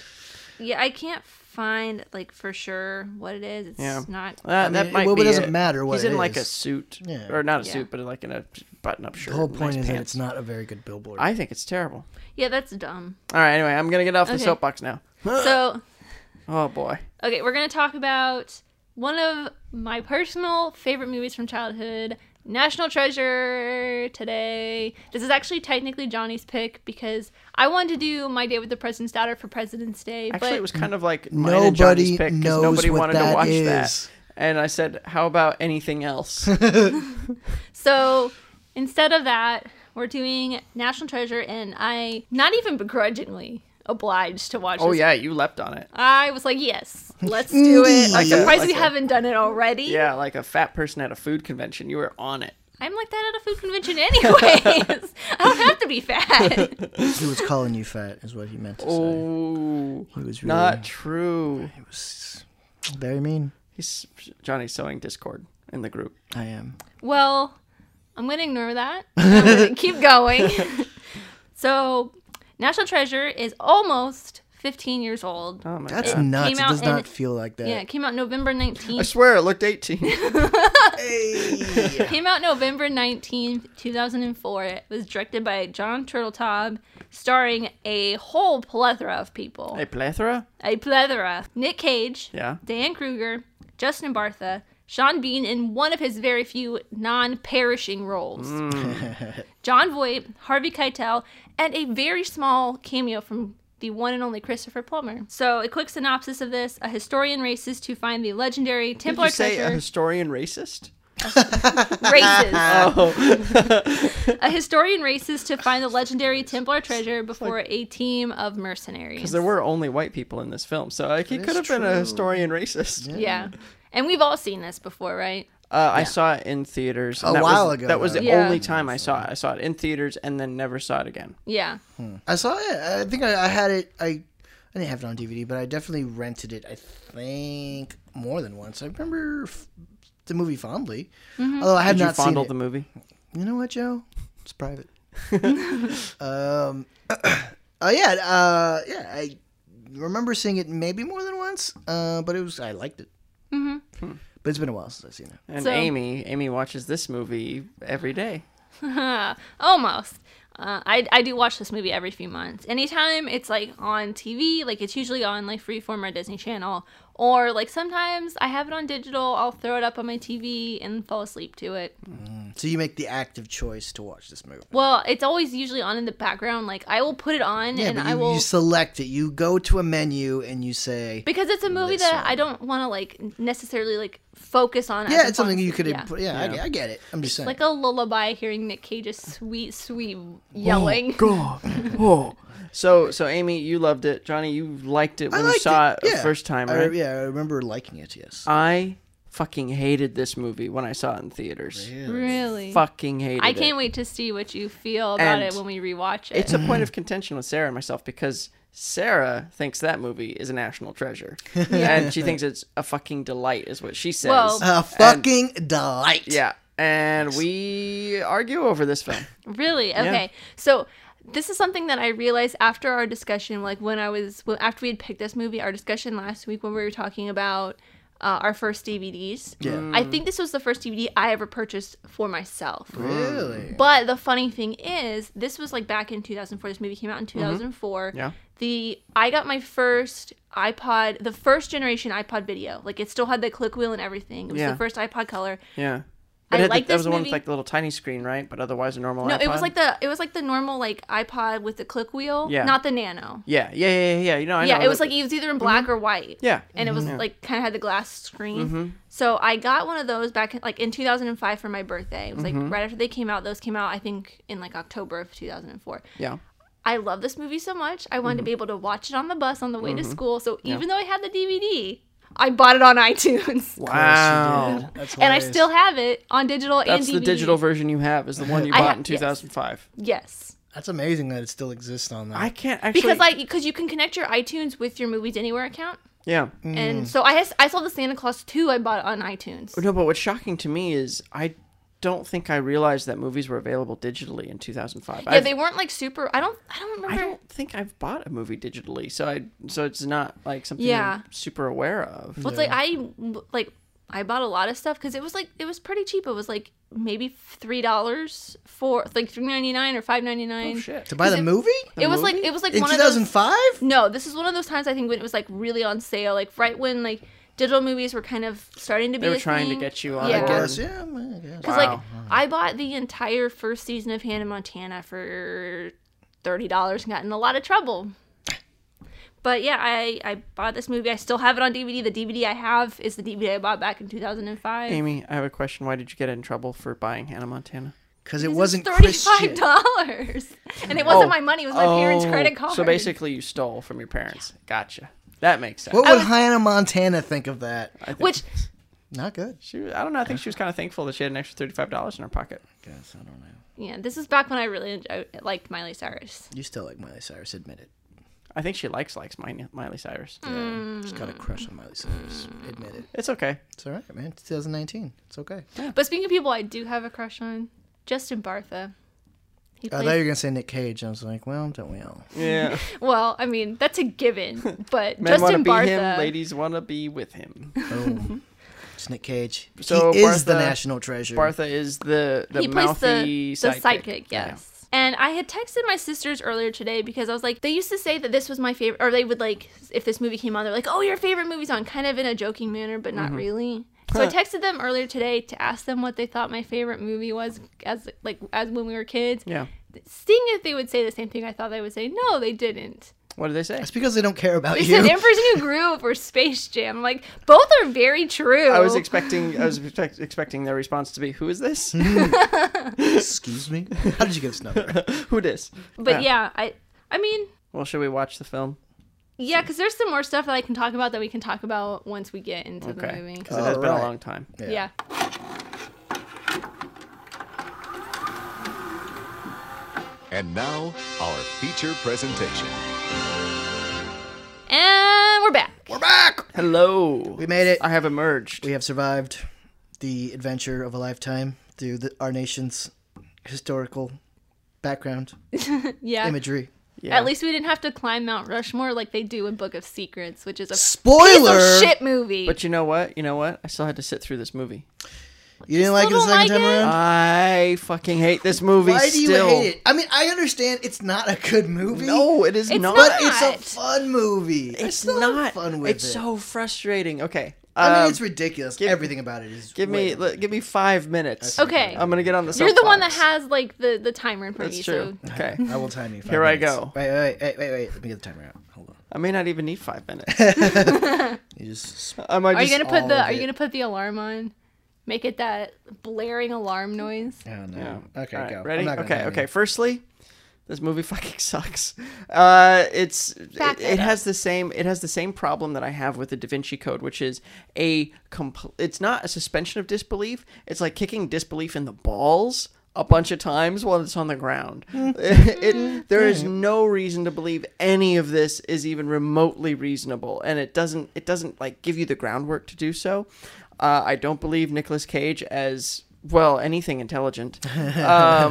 S1: Yeah, I can't find like for sure what it is. It's
S2: Yeah.
S1: not.
S2: Uh,
S3: mean,
S2: that
S3: it-
S2: might
S3: well, it
S2: be
S3: doesn't matter what
S2: he's
S3: it
S2: in like a
S3: is.
S2: suit,
S3: Yeah.
S2: or not a
S1: Yeah.
S2: suit, but like in a button-up shirt.
S3: The whole
S2: and
S3: point
S2: nice
S3: is that
S2: pants.
S3: it's not a very good billboard.
S2: I think it's terrible.
S1: Yeah, that's dumb.
S2: All right, anyway, I'm gonna get off the
S1: Okay.
S2: soapbox now.
S1: so
S2: Oh boy,
S1: Okay, we're going to talk about one of my personal favorite movies from childhood, National Treasure, today. This is actually technically Johnny's pick because I wanted to do My Day with the President's Daughter for President's Day,
S2: actually,
S1: but
S2: it was kind of like mine and Johnny's
S3: Nobody
S2: pick 'cause
S3: knows
S2: nobody
S3: what
S2: wanted to
S3: that
S2: watch that,
S3: is.
S2: and I said, "How about anything else?"
S1: so instead of that, we're doing National Treasure, and I not even begrudgingly obliged to watch
S2: oh
S1: this.
S2: yeah, you leapt on it.
S1: I was like, yes, let's do it. I'm
S3: Like a-
S1: surprised we
S2: like a-
S1: haven't done it already.
S2: Yeah, like a fat person at a food convention, you were on it.
S1: I'm like that at a food convention anyways. I don't have to be fat.
S3: he was calling you fat, is what he meant to say.
S2: Oh,
S3: He was really
S2: not true.
S3: he was very mean.
S2: He's Johnny's sowing discord in the group.
S3: I am.
S1: Well, I'm going to ignore that. I'm gonna keep going. so, National Treasure is almost 15 years old.
S2: Oh my
S3: That's
S2: god.
S3: nuts. It
S1: out
S3: does
S1: and-
S3: not feel like that.
S1: Yeah, it came out November
S2: I
S1: 19th.
S2: swear it looked 18.
S1: It came out November 19th, 2004. It was directed by John Turteltaub, starring a whole plethora of people.
S2: a plethora?
S1: A plethora. Nick Cage,
S2: Yeah.
S1: Dan Kruger, Justin Bartha, Sean Bean in one of his very few non perishing roles,
S2: Mm.
S1: John Voight, Harvey Keitel, and a very small cameo from the one and only Christopher Plummer. So, a quick synopsis of this a historian races to find the legendary
S2: Did
S1: Templar
S2: you say a
S1: treasure.
S2: historian racist?
S1: races.
S2: Oh,
S1: a historian races to find the legendary Templar treasure before a team of mercenaries.
S2: because there were only white people in this film, so like, he
S3: That
S2: could
S3: is
S2: have been a
S3: true.
S2: historian racist.
S1: Yeah. And we've all seen this before, right?
S2: Uh, I saw it in theaters and
S3: A
S2: that
S3: while
S2: was,
S3: ago,
S2: That was the
S1: though. Yeah.
S2: only time I saw it. I saw it in theaters and then never saw it again.
S1: Yeah.
S3: I saw it. I think I, I had it. I I didn't have it on DVD, but I definitely rented it. I think more than once. I remember f- the movie fondly,
S1: Mm-hmm.
S3: although I had
S2: Did you
S3: not seen
S2: fondle
S3: it.
S2: the movie?
S3: You know what, Joe? It's private. um. Oh yeah. Uh. Yeah. I remember seeing it maybe more than once. Uh. But it was. I liked it.
S2: Hmm.
S3: Mm-hmm. But it's been a while since I've seen it.
S2: And
S1: So-
S2: Amy, Amy watches this movie every day.
S1: Almost. Uh, I, I do watch this movie every few months. Anytime it's like on TV, like it's usually on like Freeform or Disney Channel, or like sometimes I have it on digital. I'll throw it up on my TV and fall asleep to it.
S3: So you make the active choice to watch this movie.
S1: Well, it's always usually on in the background. Like I will put it on
S3: Yeah,
S1: and
S3: but
S1: I
S3: you,
S1: will
S3: you select it. You go to a menu and you say.
S1: because it's a movie
S3: this
S1: that
S3: one.
S1: I don't want to like necessarily like focus on. as
S3: Yeah,
S1: I'm
S3: it's something
S1: falling
S3: you
S1: asleep.
S3: could.
S1: Yeah.
S3: Imp- yeah, I get- I, get it. I'm just saying.
S1: Like a lullaby, hearing Nick Cage's sweet, sweet yelling.
S2: God. Oh. So so Amy, you loved it. Johnny, you liked it when you saw it, the first time,
S3: I-
S2: right? Uh,
S3: yeah, I remember liking it. Yes.
S2: I fucking hated this movie when I saw it in theaters.
S1: really?
S2: Fucking hated
S1: I
S2: it.
S1: can't wait to see what you feel about
S2: And
S1: it when we rewatch it.
S2: It's a point of contention with Sarah and myself because Sarah thinks that movie is a national treasure. And she thinks it's a fucking delight, is what she says.
S1: Well-
S3: a fucking delight.
S2: yeah. And we argue over this film.
S1: really okay. So this is something that I realized after our discussion, like when I was well, after we had picked this movie, our discussion last week when we were talking about uh, our first DVDs.
S3: Yeah.
S1: I think this was the first DVD I ever purchased for myself.
S3: Really.
S1: But the funny thing is, this was like back in 2004. This movie came out in 2004.
S2: Mm-hmm. Yeah.
S1: The I got my first iPod, the first generation iPod video. Like it still had the click wheel and everything. It was
S2: Yeah.
S1: the first iPod color.
S2: Yeah.
S1: I
S2: It had the-
S1: like
S2: that
S1: this
S2: was the one with
S1: movie.
S2: like the little tiny screen, right? But otherwise a normal
S1: No, it was
S2: iPod?
S1: like the it was like the normal like iPod with the click wheel,
S2: Yeah.
S1: not the Nano.
S2: Yeah, yeah, yeah, yeah, yeah. You know, I
S1: yeah,
S2: know
S1: it was
S2: that-
S1: like it was either in black or white.
S2: Yeah. Mm-hmm.
S1: and it was like kind of had the glass screen. So I got one of those back in, like in 2005 for my birthday. It was
S2: Mm-hmm.
S1: like right after they came out. Those came out I think in like October of 2004.
S2: Yeah.
S1: I love this movie so much. I
S2: Mm-hmm.
S1: wanted to be able to watch it on the bus on the way to school. So even though I had the DVD, I bought it on iTunes.
S2: Wow.
S3: Yes, you did. That's
S1: And I
S3: hilarious.
S1: still have it on digital and
S2: That's
S1: DVD.
S2: the digital version you have is the one you
S1: I
S2: bought
S1: ha-
S2: in
S1: yes.
S2: 2005.
S1: Yes.
S3: That's amazing that it still exists on that.
S2: I can't actually
S1: Because like because you can connect your iTunes with your Movies Anywhere account.
S2: Yeah. Mm.
S1: And so I has, I saw the Santa Claus 2 I bought on iTunes.
S2: No, but what's shocking to me is I don't think I realized that movies were available digitally in 2005.
S1: Yeah,
S2: I've-
S1: they weren't like super I don't I don't
S2: I
S1: remember.
S2: don't think I've bought a movie digitally, so I so it's not like something
S1: Yeah.
S2: I'm super aware of.
S1: well, it's like I like I bought a lot of stuff cuz it was like it was pretty cheap. It was like maybe $3 for like 3.99 or 5.99.
S2: Oh shit!
S3: to buy the
S1: it-
S3: movie
S1: It was like it was like
S3: in
S1: one of those
S3: 2005.
S1: No, this is one of those times I think when it was like really on sale, like right when like digital movies were kind of starting to be.
S2: They were
S1: a
S2: trying to
S1: thing.
S2: get you on
S1: Yeah.
S2: yeah.
S3: I
S2: board.
S3: guess. Yeah. I guess.
S1: Because like
S2: Wow.
S1: I bought the entire first season of Hannah Montana for thirty dollars and got in a lot of trouble. But yeah, I I bought this movie. I still have it on DVD. The DVD I have is the DVD I bought back in two thousand and five.
S2: Amy, I have a question. Why did you get in trouble for buying Hannah Montana?
S3: Because it wasn't
S1: Thirty-five
S3: Christian.
S1: dollars, and it wasn't
S2: Oh.
S1: my money; it was my parents'
S2: Oh,
S1: credit card.
S2: So basically, you stole from your parents. Gotcha. That makes sense.
S3: What
S1: I
S3: would
S1: was-
S3: Hannah Montana think of that?
S2: I think
S1: which
S3: Not good.
S2: she, was- I don't know. I think she was kind of thankful that she had an extra thirty-five dollars in her pocket.
S3: Guess I don't know.
S1: yeah, this is back when I really enjoyed, liked Miley Cyrus.
S3: You still like Miley Cyrus? Admit it.
S2: I think she likes likes Miley, Miley Cyrus.
S1: Mm.
S3: Just got a crush on Miley Cyrus. Admit it.
S2: It's okay.
S3: It's all right, man. 2019. It's okay.
S1: But speaking of people I do have a crush on, Justin Bartha. He plays,
S3: I thought you were gonna say Nick Cage. I was like, well, don't we all?
S2: Yeah.
S1: well, I mean, that's a given. But
S2: Men want to
S1: Justin
S2: be
S1: Bartha.
S2: him. Ladies want to be with him.
S3: Boom. it's Nick Cage.
S2: So uh,
S3: he is the
S2: Bartha-
S3: national treasure.
S2: Bartha is the the
S1: he plays
S2: mouthy
S1: the, the
S2: sidekick.
S1: sidekick,
S2: Yeah.
S1: yes. And I had texted my sisters earlier today because I was like, they used to say that this was my favorite, or they would like, if this movie came on, they're like, oh, your favorite movie's on, kind of in a joking manner, but
S2: Mm-hmm.
S1: not really. So I texted them earlier today to ask them what they thought my favorite movie was, as like as when we were kids.
S2: Yeah.
S1: Seeing if they would say the same thing, I thought they would say no, they didn't.
S2: What did they say?
S3: It's because they don't care about
S1: They
S3: you.
S1: said Emperor's New Groove or Space Jam. I'm like, both are very true.
S2: I was expecting I was expect, expecting their response to be who is this?
S3: Hmm? Excuse me. How did you get this number?
S2: who this?
S1: but yeah, I, I mean,
S2: Well, should we watch the film?
S1: Yeah, because there's some more stuff that I can talk about that we can talk about once we get into the
S2: Okay,
S1: movie.
S2: because it has been a
S3: Alright.
S2: long time.
S1: Yeah.
S4: And now, our feature presentation.
S1: And we're back.
S3: We're back.
S2: Hello,
S3: We made it.
S2: I have emerged.
S3: We have survived the adventure of a lifetime through the, our nation's historical background,
S1: Yeah.
S3: imagery.
S2: Yeah.
S1: At least we didn't have to climb Mount Rushmore like they do in Book of Secrets, which is a piece
S3: Spoiler!
S1: of shit movie.
S2: But you know what? You know what? I still had to sit through this movie.
S3: You didn't like it the
S1: don't
S3: second
S1: like
S3: time
S1: it?
S3: around?
S2: I fucking hate this movie.
S3: Why do you
S2: still.
S3: hate it? I mean, I understand it's not a good movie.
S2: No, it is
S1: It's
S2: not.
S1: not.
S3: but it's a
S1: not.
S3: fun movie.
S2: It's
S3: still have
S2: not.
S3: fun with
S2: it's
S3: it.
S2: so frustrating. Okay.
S3: I mean,
S2: um,
S3: it's ridiculous. Everything about it is.
S2: Give me
S3: way-
S2: li- give me five minutes.
S1: Okay.
S2: I'm gonna get on the.
S1: You're the one that
S2: soapbox.
S1: has like the the timer in front of
S2: That's
S1: you.
S2: true. Okay.
S3: I will time you. Five
S2: Here I
S3: minutes.
S2: go.
S3: Wait, wait, wait, wait, wait. Let me get the timer out. Hold on.
S2: I may not even need five minutes.
S3: You just. oh,
S2: I might
S1: So are you
S2: just.
S1: gonna put
S3: all
S1: the
S3: of
S1: Are you
S3: it.
S1: gonna put the alarm on? Make it that blaring alarm noise.
S3: Oh no.
S2: Yeah.
S3: Okay,
S2: All right,
S3: go. I'm
S2: Ready?
S3: not gonna
S2: Okay.
S3: time you.
S2: Okay. Firstly, this movie fucking sucks. Uh, it's
S1: Back
S2: it,
S1: it
S2: it has the same it has the same problem that I have with the Da Vinci Code, which is a compl- it's not a suspension of disbelief. It's like kicking disbelief in the balls a bunch of times while it's on the ground. it, there is no reason to believe any of this is even remotely reasonable, and it doesn't it doesn't like give you the groundwork to do so. Uh, I don't believe Nicolas Cage as well anything intelligent um, let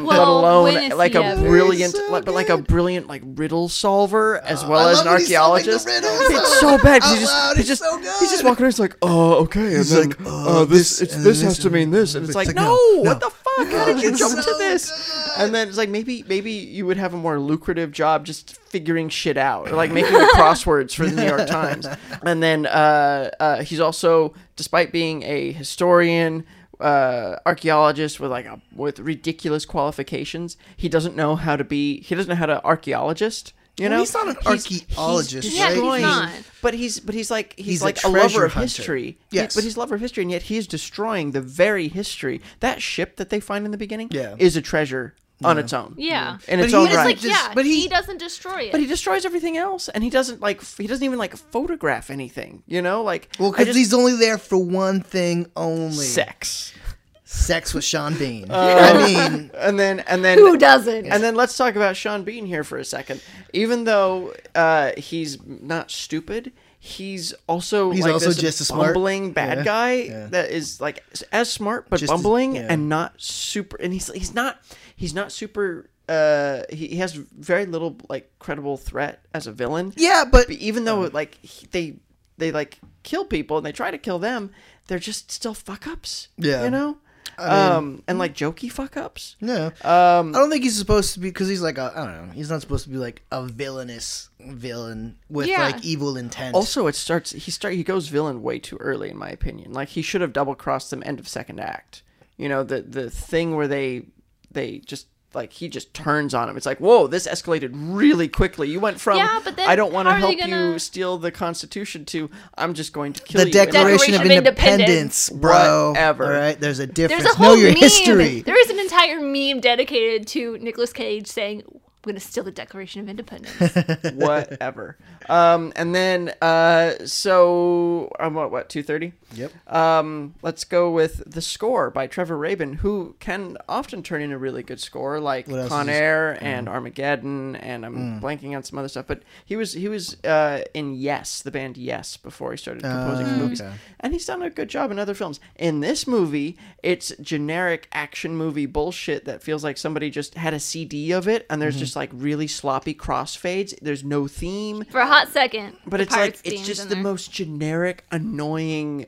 S1: Well, when
S2: alone
S1: is
S2: like
S1: he
S2: a
S1: ever?
S2: brilliant,
S3: He's so
S2: like- but like a
S3: good.
S2: brilliant like riddle solver as well
S3: Uh, I
S2: as
S3: love
S2: an
S3: when he's solving the
S2: archaeologist.
S3: riddles.
S2: It's so bad. 'cause
S3: Out
S2: He just,
S3: loud,
S2: he
S3: it's
S2: just,
S3: so
S2: he's just
S3: good.
S2: walking around. He's like, oh, okay, and
S3: He's
S2: then
S3: like,
S2: uh,
S3: "Uh,
S2: this,
S3: this
S2: it's,
S3: and
S2: this
S3: this
S2: has to
S3: and-
S2: mean this, and it's
S3: it's
S2: like,
S3: like,
S2: no,
S3: no,
S2: what
S3: no."
S2: the fuck? How did you
S3: It's
S2: jump to
S3: so
S2: this?
S3: good.
S2: And then it's like maybe, maybe you would have a more lucrative job just figuring shit out, or like making the crosswords for the New York Times. And then uh, uh, he's also, despite being a historian uh, archaeologist with like a, with ridiculous qualifications. He doesn't know how to be. He doesn't know how to archaeologist. You know,
S3: Well, he's not an archaeologist,
S2: he's
S1: Yeah, he's
S2: destroying-
S1: not.
S2: But he's but he's like he's,
S3: He's a
S2: like a, lover
S3: treasure
S2: of
S3: hunter.
S2: history. He-
S3: Yes.
S2: but he's a lover of history, and yet he is destroying the very history. That ship that they find in the beginning
S3: Yeah.
S2: is a treasure on its own.
S1: Yeah.
S2: in
S3: But
S2: its
S3: he
S2: own
S3: is,
S2: right.
S1: Like
S3: Just-
S1: yeah,
S3: but
S1: but
S3: he-
S1: he, doesn't destroy it.
S2: but he destroys everything else, and he doesn't like f- he doesn't even like photograph anything. You know, like
S3: Well,
S2: I
S3: because
S2: just-
S3: he's only there for one thing only:
S2: sex. Uh,
S3: sex with Sean Bean. I mean,
S2: And then and then
S1: Who doesn't?
S2: And then let's talk about Sean Bean here for a second. Even though uh, he's not stupid, he's also
S3: He's
S2: like
S3: also
S2: this
S3: just as smart.
S2: bumbling bad
S3: Yeah,
S2: guy
S3: yeah.
S2: that is like s- as smart but
S3: Just as-
S2: bumbling
S3: yeah.
S2: and not super. And he's he's not he's not super. Uh, he, he has very little like credible threat as a villain.
S3: yeah, but
S2: But even though like he- they they like kill people and they try to kill them, they're just still fuck ups.
S3: Yeah.
S2: you know. um and like jokey fuck ups.
S3: no,
S2: Um,
S3: I don't think he's supposed to be because he's like a, I don't know. He's not supposed to be like a villainous villain with
S1: Yeah.
S3: like evil intent.
S2: Also, it starts. He start. He goes villain way too early, in my opinion. Like he should have double crossed them end of second act. You know the the thing where they they just like he just turns on him. It's like whoa, this escalated really quickly. You went from
S1: Yeah, but then
S2: I don't want to
S1: how are
S2: help
S1: they gonna-
S2: you steal the Constitution to I'm just going to kill
S3: the
S2: you.
S3: Declaration, of
S1: Declaration of
S3: Independence, bro.
S2: Whatever.
S3: All right, there's a difference.
S1: There's a whole
S3: know your
S1: meme.
S3: history.
S1: There is an entire meme dedicated to Nicolas Cage saying, "I'm gonna steal the Declaration of Independence."
S2: whatever. Um, and then uh, so I'm what what two thirty.
S3: Yep.
S2: Um, let's go with the score by Trevor Rabin, who can often turn in a really good score, like
S3: else
S2: Con
S3: is- uh-huh. Mm.
S2: Air and Armageddon, and I'm blanking on some other stuff. But he was he was uh, in Yes, the band Yes, before he started composing for movies,
S3: Ah, okay.
S2: and he's done a good job in other films. In this movie, it's generic action movie bullshit that feels like somebody just had a CD of it, and
S3: Mm-hmm.
S2: there's just like really sloppy crossfades. There's no theme.
S1: For a hot second,
S2: But
S1: the
S2: it's like
S1: pirates
S2: it's
S1: theme's
S2: just
S1: in
S2: the
S1: there.
S2: most generic, annoying,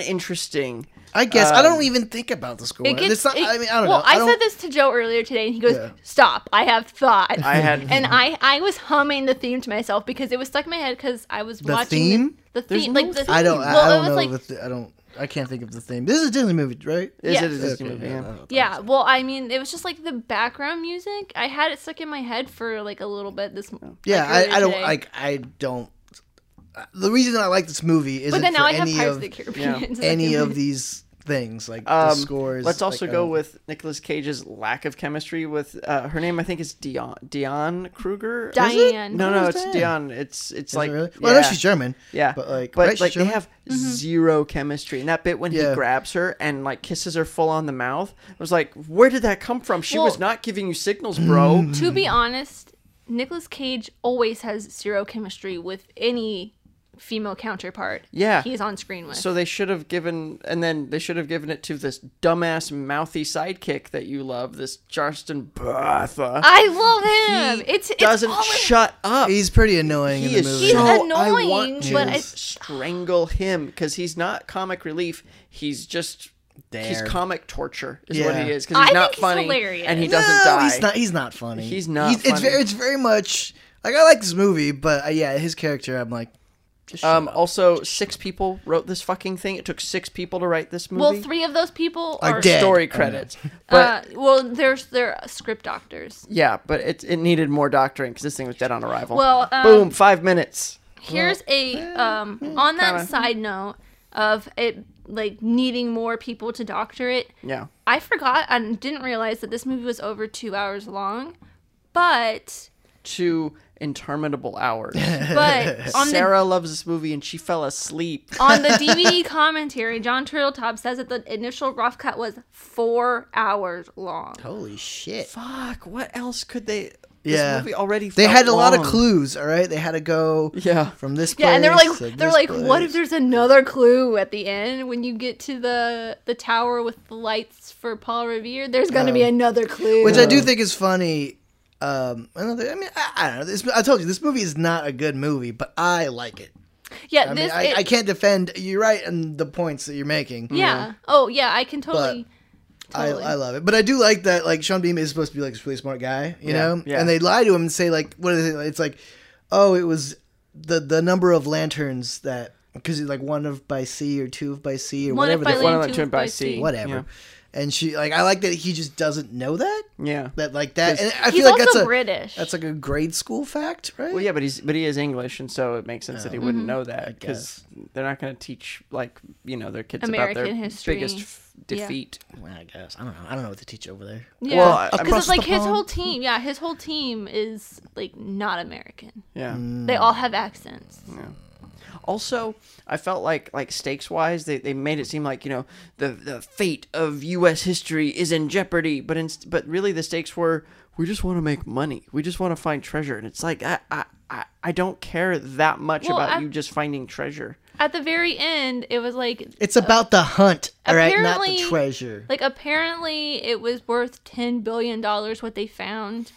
S2: uninteresting.
S3: I guess I don't even think about the score.
S1: It gets,
S3: it's not,
S1: it-
S3: I mean, I don't
S1: well,
S3: know. I, don't,
S1: said this to Joe earlier today, and he goes,
S3: Yeah.
S1: "Stop! I have thought."
S3: Hmm.
S2: I had
S1: and I, I was humming the theme to myself because it was stuck in my head because I was
S3: The
S1: watching
S3: theme?
S1: The, the
S2: There's
S1: theme,
S2: no
S1: like the
S2: theme.
S3: I don't. I-
S1: Well,
S3: I
S1: it
S3: don't
S1: was
S3: know.
S1: like,
S3: the th- I don't. I can't think of the theme. This is a Disney movie, right?
S2: Is
S1: Yeah.
S2: it a Disney
S3: Okay,
S2: movie?
S3: yeah.
S2: Yeah.
S1: yeah. Well, I mean, it was just like the background music. I had it stuck in my head for like a little bit. This like,
S3: Yeah,
S1: earlier
S3: I, I don't
S1: today.
S3: like. I don't. The reason I like this movie isn't
S1: But then now
S3: for
S1: I have
S3: any
S1: Pirates
S3: of
S1: of the Caribbean. so I
S3: any
S1: can-
S3: of these things like the
S2: Um,
S3: scores.
S2: Let's also
S3: like,
S2: go
S3: um,
S2: with Nicolas Cage's lack of chemistry with uh, her name. I think is Dion Dion Kruger.
S1: Diane.
S2: Is it? No,
S3: I thought
S2: no,
S3: it was
S2: it's
S3: Diane.
S2: Dion. It's it's
S3: Is it
S2: like
S3: really?
S2: yeah,
S3: Well, I know she's German.
S2: yeah,
S3: but like,
S2: but
S3: right, she's
S2: like they
S3: German?
S2: have
S1: Mm-hmm.
S2: zero chemistry. And that bit when
S3: Yeah.
S2: he grabs her and like kisses her full on the mouth, I was like, where did that come from? She was
S1: Well-
S2: not giving you signals, bro.
S1: to be honest, Nicolas Cage always has zero chemistry with any female counterpart.
S2: Yeah.
S1: he's on screen with.
S2: So they should have given, and then they should have given it to this dumbass mouthy sidekick that you love, this Charleston Bartha.
S1: I love him. it's it's
S2: doesn't
S1: all in-
S2: shut up.
S3: He's pretty annoying
S2: he
S3: in
S2: is
S3: the movie.
S1: He's
S2: so I
S1: annoying,
S2: want to
S1: but I-
S2: strangle him because he's not comic relief. He's just he's
S3: There.
S2: comic torture is
S3: Yeah.
S2: what he is because
S1: I
S2: he's
S1: think
S2: not
S1: he's
S2: funny
S1: hilarious.
S2: and he doesn't
S3: no,
S2: die.
S3: He's not. He's not funny.
S2: He's not
S3: It's
S2: funny.
S3: very. It's very much like I like this movie, but uh, yeah, his character. I'm like, just shut
S2: Um,
S3: up.
S2: also, six people wrote this fucking thing. It took six people to write this movie.
S1: well, three of those people
S3: Are
S1: are
S3: dead.
S2: story
S3: I know.
S2: credits,
S1: Uh,
S2: but
S1: well, there's they're script doctors.
S2: yeah, but it it needed more doctoring because this thing was dead on arrival.
S1: Well, um,
S2: boom, five minutes.
S1: Here's a um on that side note of it like needing more people to doctor it.
S2: Yeah,
S1: I forgot and didn't realize that this movie was over two hours long, but
S2: two interminable hours.
S1: but on the
S2: Sarah loves this movie and she fell asleep.
S1: on the DVD commentary, John Turtletop says that the initial rough cut was four hours long.
S3: Holy shit.
S2: Fuck, what else could they?
S3: Yeah.
S2: This movie already.
S3: They
S2: felt
S3: had a lot of
S2: long.
S3: clues, all right? They had to go
S2: Yeah.
S3: from this place.
S1: Yeah, and they're like,
S3: to
S1: they're
S3: this
S1: like, what if
S3: place."
S1: there's another clue at the end when you get to the the tower with the lights for Paul Revere? There's gonna be another clue.
S3: Um, Which I do think is funny. Um, another, I mean, I, I don't know. This, I told you, this movie is not a good movie, but I like it.
S1: yeah,
S3: I
S1: this
S3: mean, I,
S1: it-
S3: I can't defend. You're right in the points that you're making.
S1: Yeah. Oh yeah, I can totally.
S3: I,
S1: totally.
S3: I love it. But I do like that, like, Sean Beam is supposed to be, like, this really smart guy, you
S2: Yeah,
S3: know?
S2: yeah.
S3: And they lie to him and say, like, what is it? It's like, oh, it was the, the number of lanterns that, because like one of by sea or two of by sea or
S1: One
S3: whatever.
S1: if by land,
S3: the-
S2: One of them
S1: two
S2: turned
S1: if
S2: by
S1: by
S2: sea.
S1: sea.
S3: whatever.
S2: Yeah.
S3: And she like I like that he just doesn't know that
S2: Yeah.
S3: that like that. And I
S1: He's
S3: feel like
S1: also
S3: that's a
S1: British.
S3: that's like a grade school fact, right?
S2: Well, yeah, but he's but he is English, and so it makes sense that he wouldn't know that because they're not going to teach like you know their kids about
S1: American
S2: their
S1: history.
S2: biggest f-
S1: Yeah.
S2: defeat.
S3: Well, I guess I don't know. I don't know what to teach over there.
S1: yeah.
S2: Well, I-
S1: because
S2: across
S1: it's like
S3: the
S1: his
S3: pond.
S1: whole team. Yeah, his whole team is like not American.
S2: Yeah.
S3: Hmm.
S1: They all have accents.
S2: Also, I felt like like stakes wise, they, they made it seem like you know the the fate of U.S. history is in jeopardy, but in, but really the stakes were we just want to make money, we just want to find treasure, and it's like I I, I, I don't care that much
S1: Well,
S2: about
S1: I-
S2: you just finding treasure.
S1: At the very end, it was like
S3: It's about the hunt, all right, not the
S1: Apparently-
S3: treasure.
S1: Like apparently it was worth ten billion dollars what they found,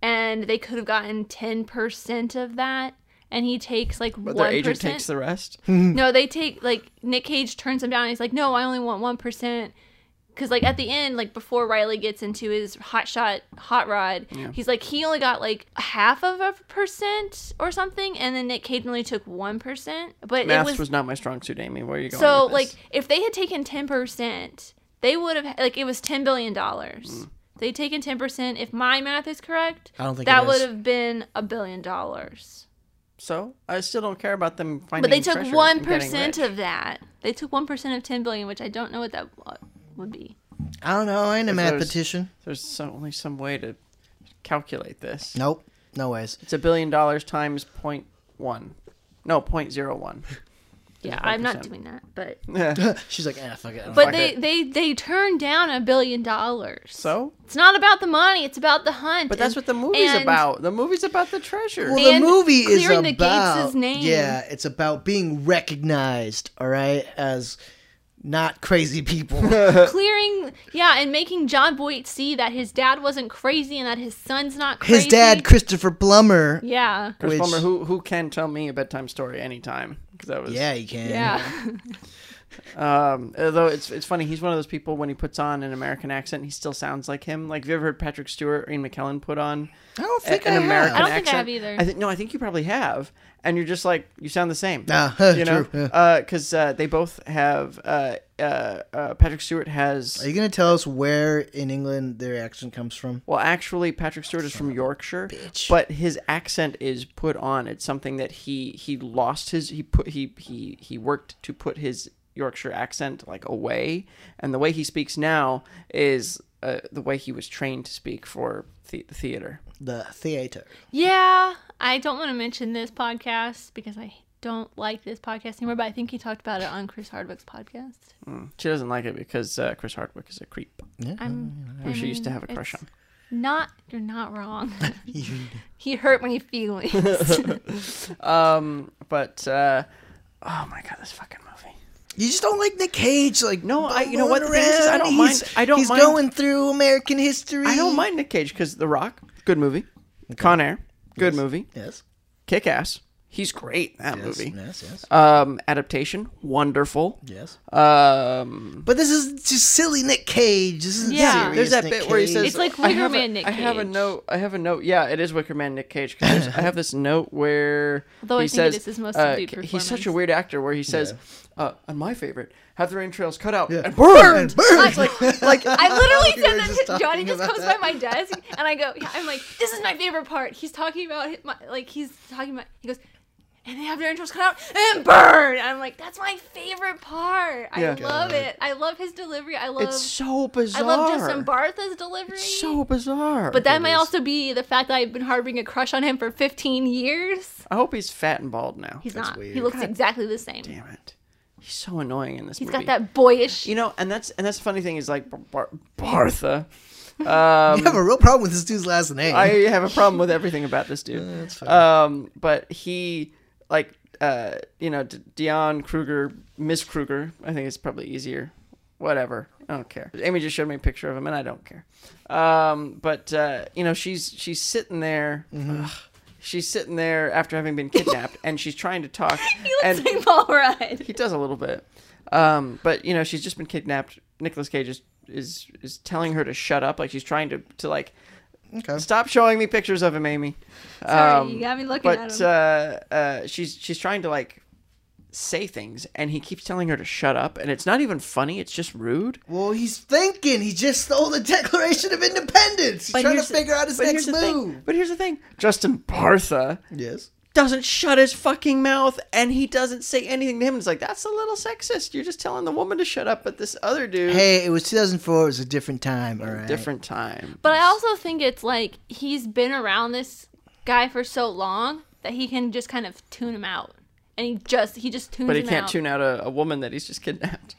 S1: and they could have gotten ten percent of that. And he takes like
S2: But their
S1: one
S2: agent takes
S1: percent.
S2: the rest.
S1: No, they take like Nick Cage turns him down. And he's like, no, I only want one percent. Because like at the end, like before Riley gets into his hot shot hot rod, he's like he only got like half of a percent or something, and then Nick Cage only took one percent. But
S2: Math
S1: it was
S2: was, not my strong suit, Amy. Where are you going?
S1: so
S2: with
S1: like
S2: this?
S1: if they had taken 10%, they would have like it was 10 billion dollars.
S2: Mm.
S1: They'd taken 10% if my math is correct.
S3: I don't think
S1: that
S3: it
S1: would
S3: is.
S1: have been a billion dollars.
S2: so, I still don't care about them finding.
S1: But they took
S2: treasure and
S1: 1%
S2: getting rich.
S1: of that. They took 1% of 10 billion, which I don't know what that wa- would be.
S3: I don't know. I ain't a
S2: there's-
S3: mathematician.
S2: There's so, only some way to calculate this.
S3: Nope, no ways.
S2: It's a billion dollars times point one. No, point zero one.
S1: Yeah, I'm not
S2: 1%.
S1: doing that, but
S3: She's like, ah, fuck it. I don't
S1: but
S2: Fuck
S1: they,
S2: it.
S1: they they turned down a billion dollars.
S2: So?
S1: it's not about the money; it's about the hunt.
S2: But that's
S1: and-
S2: what the movie's
S1: and-
S2: about. The movie's about the treasure.
S3: Well, the
S1: And
S3: movie is
S1: clearing
S3: about
S1: the Gates' name.
S3: yeah, it's about being recognized, all right, as not crazy people.
S1: clearing yeah and making john boyd see that his dad wasn't crazy and that his son's not crazy
S3: His dad, Christopher Plummer.
S1: yeah
S2: Chris
S3: which-
S2: Plummer, who who can tell me a bedtime story anytime? Because that was
S3: Yeah, he can.
S1: yeah
S2: Um, although it's it's funny, he's one of those people when he puts on an American accent, he still sounds like him. Like, have you ever heard Patrick Stewart or Ian McKellen put on
S3: I don't
S2: a-
S3: think I
S2: an
S3: have.
S2: American
S1: I don't
S2: accent?
S1: think I have either.
S2: I think no, I think you probably have, and you're just like you sound the same.
S3: Ah, huh,
S2: you know,
S3: true, yeah.
S2: because uh, they both have. Uh, uh, uh, Patrick Stewart has.
S3: Are you gonna tell us where in England their accent comes from?
S2: Well, actually, Patrick Stewart is from Yorkshire,
S3: bitch.
S2: but his accent is put on. It's something that he he lost his he put he he he worked to put his Yorkshire accent like away, and the way he speaks now is uh, the way he was trained to speak for the- theater.
S3: The theater.
S1: Yeah, I don't want to mention this podcast because I don't like this podcast anymore, but I think he talked about it on Chris Hardwick's podcast.
S2: She doesn't like it because uh, Chris Hardwick is a creep,
S1: I'm,
S2: who she used to
S1: mean,
S2: have a crush
S1: it's
S2: on.
S1: Not, you're not wrong. he hurt my feelings.
S2: Um, but uh, oh my god, this fucking movie.
S3: You just don't like Nick Cage, like
S2: No, I- you know
S3: bumbling
S2: what, the thing is, is I
S3: around.
S2: don't mind-
S3: He's-
S2: I don't
S3: He's
S2: mind-
S3: going through American history.
S2: I don't mind Nick Cage because The Rock, good movie. Con Air, good movie.
S3: Yes,
S2: Kick Ass, he's great in that movie.
S3: yes, yes,
S2: Um, adaptation, wonderful.
S3: yes.
S2: Um,
S3: But this is just silly Nick Cage. This is
S1: Yeah.
S3: serious
S2: Ah, there's that
S3: Nick
S2: bit where he
S3: Cage.
S2: says,
S1: It's like
S2: I
S1: Wicker
S2: have a-
S1: Man Nick
S2: I have a
S1: Cage.
S2: note. I have a note. Yeah, it is Wicker Man Nick Cage. 'cause there's- I have this note where
S1: Although I
S2: he
S1: think it
S2: says
S1: is his most
S2: uh,
S1: subdued
S2: ca- he's such
S1: performance.
S2: a weird actor. Where he says, uh, "On my favorite, have the rain trails cut out
S3: Yeah.
S2: and burned."
S3: And burn.
S2: like
S1: I literally
S3: We
S1: said
S3: were
S1: that
S3: just
S1: to Johnny
S3: talking
S1: just
S3: about
S1: comes
S3: that.
S1: by my desk and I go, yeah, I'm like, this is my favorite part. He's talking about his, my, like he's talking about he goes, and they have their intros cut out and burn. And I'm like, that's my favorite part. I
S2: Yeah.
S1: love it. I love his delivery. I love
S2: it's so bizarre.
S1: I love Justin Bartha's delivery.
S2: It's so bizarre.
S1: but that might also be the fact that I've been harboring a crush on him for 15 years.
S2: I hope he's fat and bald now.
S1: He's
S3: That's
S1: not. He
S3: weird.
S1: looks exactly the same.
S2: Damn it, he's so annoying in this
S1: He's
S2: movie.
S1: got that boyish.
S2: You know, and that's and that's the funny thing is like Bar- Bar- Bartha.
S3: I have a real problem with this dude's last name.
S2: I have a problem with everything about this dude. Um, but he, like, uh, you know, D- Dion Kruger, Miss Kruger. I think it's probably easier. Whatever. I don't care. Amy just showed me a picture of him, and I don't care. Um, but uh, you know, she's she's sitting there.
S1: Mm-hmm.
S2: Ugh. she's sitting there after having been kidnapped, and she's trying to talk.
S1: he looks
S2: and
S1: like Paul Rudd.
S2: he does a little bit. Um, but you know, she's just been kidnapped. Nicholas Cage is, is is telling her to shut up. Like she's trying to to like
S3: okay.
S2: stop showing me pictures of him, Amy.
S1: Sorry, you got me looking
S2: Um, but
S1: at him.
S2: Uh, uh, she's she's trying to like say things, and he keeps telling her to shut up, and it's not even funny. It's just rude.
S3: Well, he's thinking. He just stole the Declaration of Independence. He's trying to
S2: here's the-
S3: figure out his
S2: but here's
S3: next
S2: the thing-
S3: move.
S2: but here's the thing: Justin Bartha
S3: Yes.
S2: doesn't shut his fucking mouth, and he doesn't say anything to him. It's like that's a little sexist. You're just telling the woman to shut up, but this other dude,
S3: Hey, it was 2004. It was a different time. All right.
S2: different time.
S1: But I also think it's like he's been around this guy for so long that he can just kind of tune him out. And he just he just tunes
S2: But he
S1: him
S2: can't
S1: out.
S2: tune out a, a woman that he's just kidnapped.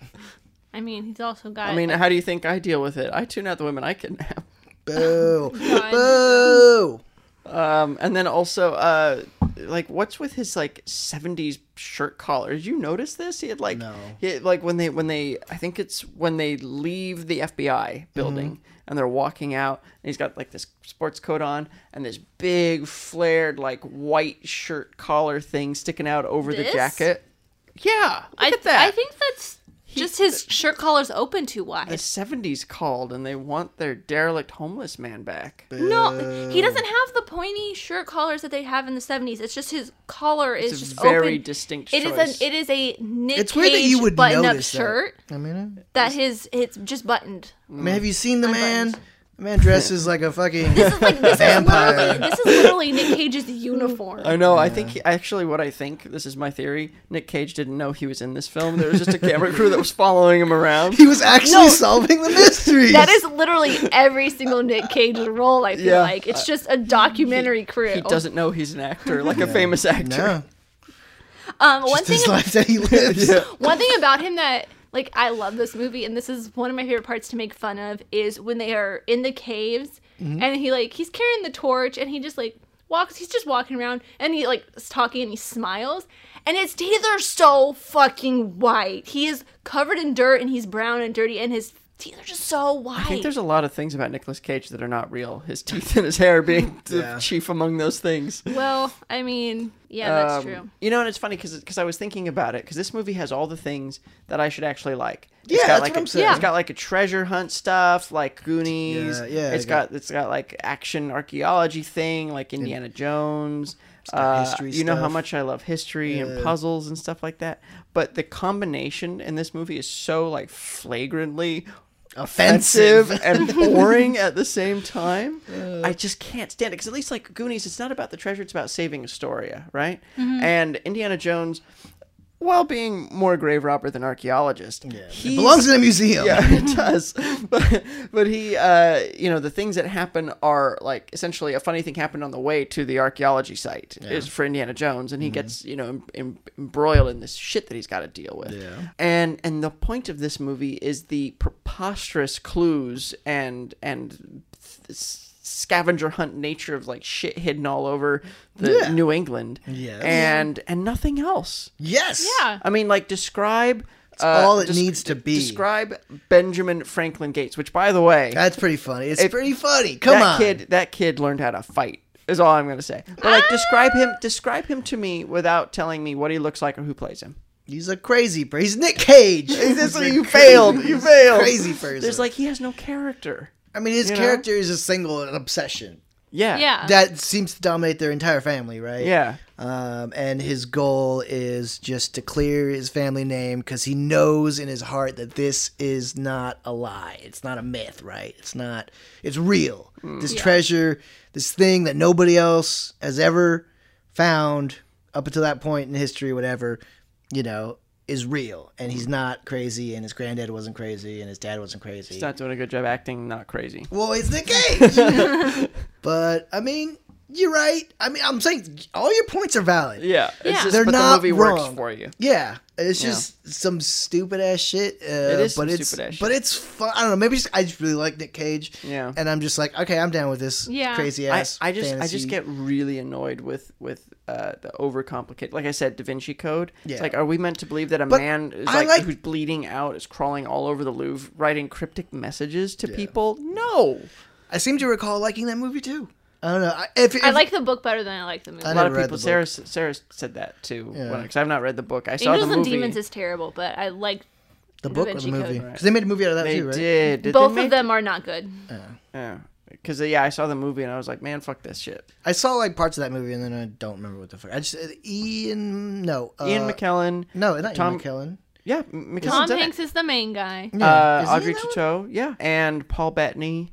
S1: I mean, he's also got
S2: I mean, how do you think I deal with it? I tune out the women I kidnap.
S3: Boo.
S1: God.
S3: Boo.
S2: Um, and then also, uh, like, what's with his like '70s shirt collar? Did you notice this? He had like,
S3: No.
S2: he had, like when they when they I think it's when they leave the FBI building and they're walking out, and he's got like this sports coat on and this big flared like white shirt collar thing sticking out over the
S1: This?
S2: jacket. Yeah, look
S1: I,
S2: at that.
S1: I think that's just his shirt collar's open too wide.
S2: the '70s called, and they want their derelict homeless man back.
S1: No, he doesn't have the pointy shirt collars that they have in the seventies. It's just his collar is
S2: It's a
S1: just
S2: very
S1: open.
S2: distinct.
S1: It is
S2: choice.
S1: an it is a Nick
S3: It's weird that you
S1: Cage
S3: would
S1: button-up
S3: notice that.
S1: shirt
S3: I mean,
S1: that his it's just buttoned.
S2: Mm.
S3: I mean, have you seen the man? The man dresses like a fucking.
S1: Like this is literally
S3: Vampire.
S1: this is literally Nick Cage's uniform.
S2: I know. I think he, actually, what I think this is my theory. Nick Cage didn't know he was in this film. There was just a camera crew that was following him around.
S3: he was actually solving the mystery.
S1: That is literally every single Nick Cage role. I feel
S2: Yeah.
S1: like it's just a documentary crew.
S2: He doesn't know he's an actor, like a famous actor.
S3: No.
S1: Um, one
S3: It's
S1: thing,
S3: his life that he lives.
S1: one thing about him that like I love this movie, and this is one of my favorite parts to make fun of is when they are in the caves,
S2: Mm-hmm.
S1: and he like he's carrying the torch, and he just like walks. He's just walking around, and he like is talking, and he smiles, and his teeth are so fucking white. He is covered in dirt, and he's brown and dirty, and his teeth are just so white.
S2: I think there's a lot of things about Nicolas Cage that are not real. His teeth and his hair being the
S3: Yeah.
S2: chief among those things.
S1: well, I mean, yeah, that's
S2: Um,
S1: true.
S2: You know, and it's funny because I was thinking about it because this movie has all the things that I should actually like. It's
S3: Yeah,
S2: got
S3: that's
S2: like
S3: what
S2: a-
S3: I'm saying.
S2: It's got like a treasure hunt stuff, like Goonies.
S3: Yeah, yeah,
S2: It's
S3: I
S2: got,
S3: got-
S2: it's got like action archaeology thing, like Indiana Jones. Uh,
S3: history
S2: you know how
S3: stuff.
S2: much I love history and puzzles and stuff like that. But the combination in this movie is so like flagrantly
S3: Offensive.
S2: and boring at the same time. I just can't stand it because at least like Goonies, it's not about the treasure; it's about saving Astoria, right? And Indiana Jones, while being more grave robber than archaeologist, yeah,
S3: It belongs in a museum.
S2: yeah, it does. But but he, uh, you know, the things that happen are like essentially a funny thing happened on the way to the archaeology site is for Indiana Jones,
S3: Mm-hmm.
S2: and he gets you know em- em- embroiled in this shit that he's got to deal with.
S3: Yeah.
S2: And and the point of this movie is the preposterous clues and and. Th- scavenger hunt nature of like shit hidden all over the
S3: Yeah.
S2: new england
S3: Yes.
S2: and and nothing else
S3: Yes.
S1: Yeah.
S2: I mean, like describe
S3: all it needs to be.
S2: Uh, Describe Benjamin Franklin Gates, which, by the way,
S3: That's pretty funny. It's
S2: It-
S3: pretty funny. Come
S2: that
S3: on.
S2: kid, that kid learned how to fight. Is all I'm gonna say. But like, describe him. Describe him to me without telling me what he looks like or who plays him.
S3: He's a crazy person. He's Nick Cage.
S2: This
S3: He's a
S2: you
S3: crazy-
S2: failed. You failed.
S3: Crazy person.
S2: There's like he has no character.
S3: I mean, his
S2: you know?
S3: character is a single obsession.
S2: Yeah.
S1: Yeah.
S3: That seems to dominate their entire family, right?
S2: Yeah.
S3: Um, and his goal is just to clear his family name because he knows in his heart that this is not a lie. It's not a myth, right? It's not. It's real. This treasure, this thing that nobody else has ever found up until that point in history, whatever, you know, is real. And he's not crazy. And his granddad wasn't crazy. And his dad wasn't crazy.
S2: He's not doing a good job acting. Not crazy.
S3: Well, it's Nick Cage. but I mean, you're right. I mean, I'm saying all your points are valid.
S2: Yeah. It's
S1: Yeah.
S2: just,
S3: They're
S2: but
S3: not
S2: the movie
S3: wrong.
S2: works for you.
S3: Yeah, it's just some stupid ass shit. Uh, it
S2: is
S3: but
S2: some
S3: it's,
S2: stupid ass
S3: But it's fun. I don't know. Maybe just, I just really like Nick Cage.
S2: Yeah.
S3: and I'm just like, okay, I'm down with this.
S1: Yeah.
S3: crazy
S2: I,
S3: ass.
S2: I just I
S3: fantasy.
S2: just get really annoyed with with uh, the overcomplicated. Like I said, Da Vinci Code.
S3: Yeah.
S2: It's like, are we meant to believe that a
S3: But
S2: man is
S3: I
S2: like,
S3: like-
S2: who's bleeding out is crawling all over the Louvre, writing cryptic messages to people? No.
S3: I seem to recall liking that movie too. I don't know. I, if, if
S1: I like the book better than I like the movie.
S3: I
S2: A lot
S3: never
S2: of
S3: read
S2: people.
S3: the
S2: Sarah s- Sarah said that too.
S3: Yeah.
S2: Because I've not read the book. I saw
S1: Angels
S2: the
S1: and
S2: movie.
S1: Demons is terrible, but I like
S3: the
S1: Da
S3: book or the
S1: Vinci
S3: movie
S1: Code.
S3: because they made a movie out of that
S2: they
S3: too, right?
S2: did. did
S1: both
S2: they
S1: of them are not good.
S2: Because yeah, I saw the movie and I was like, man, fuck this shit.
S3: I saw like parts of that movie and then I don't remember what the fuck. I just uh, Ian no uh,
S2: Ian McKellen.
S3: No, not
S2: Tom- Uh,
S3: Ian McKellen.
S2: Yeah, M- McKellen's
S1: Tom
S2: in it.
S1: Hanks is the main guy.
S3: Yeah.
S2: uh,
S3: Is he in
S2: Audrey
S3: that one?
S2: Tautou, yeah, and Paul Bettany.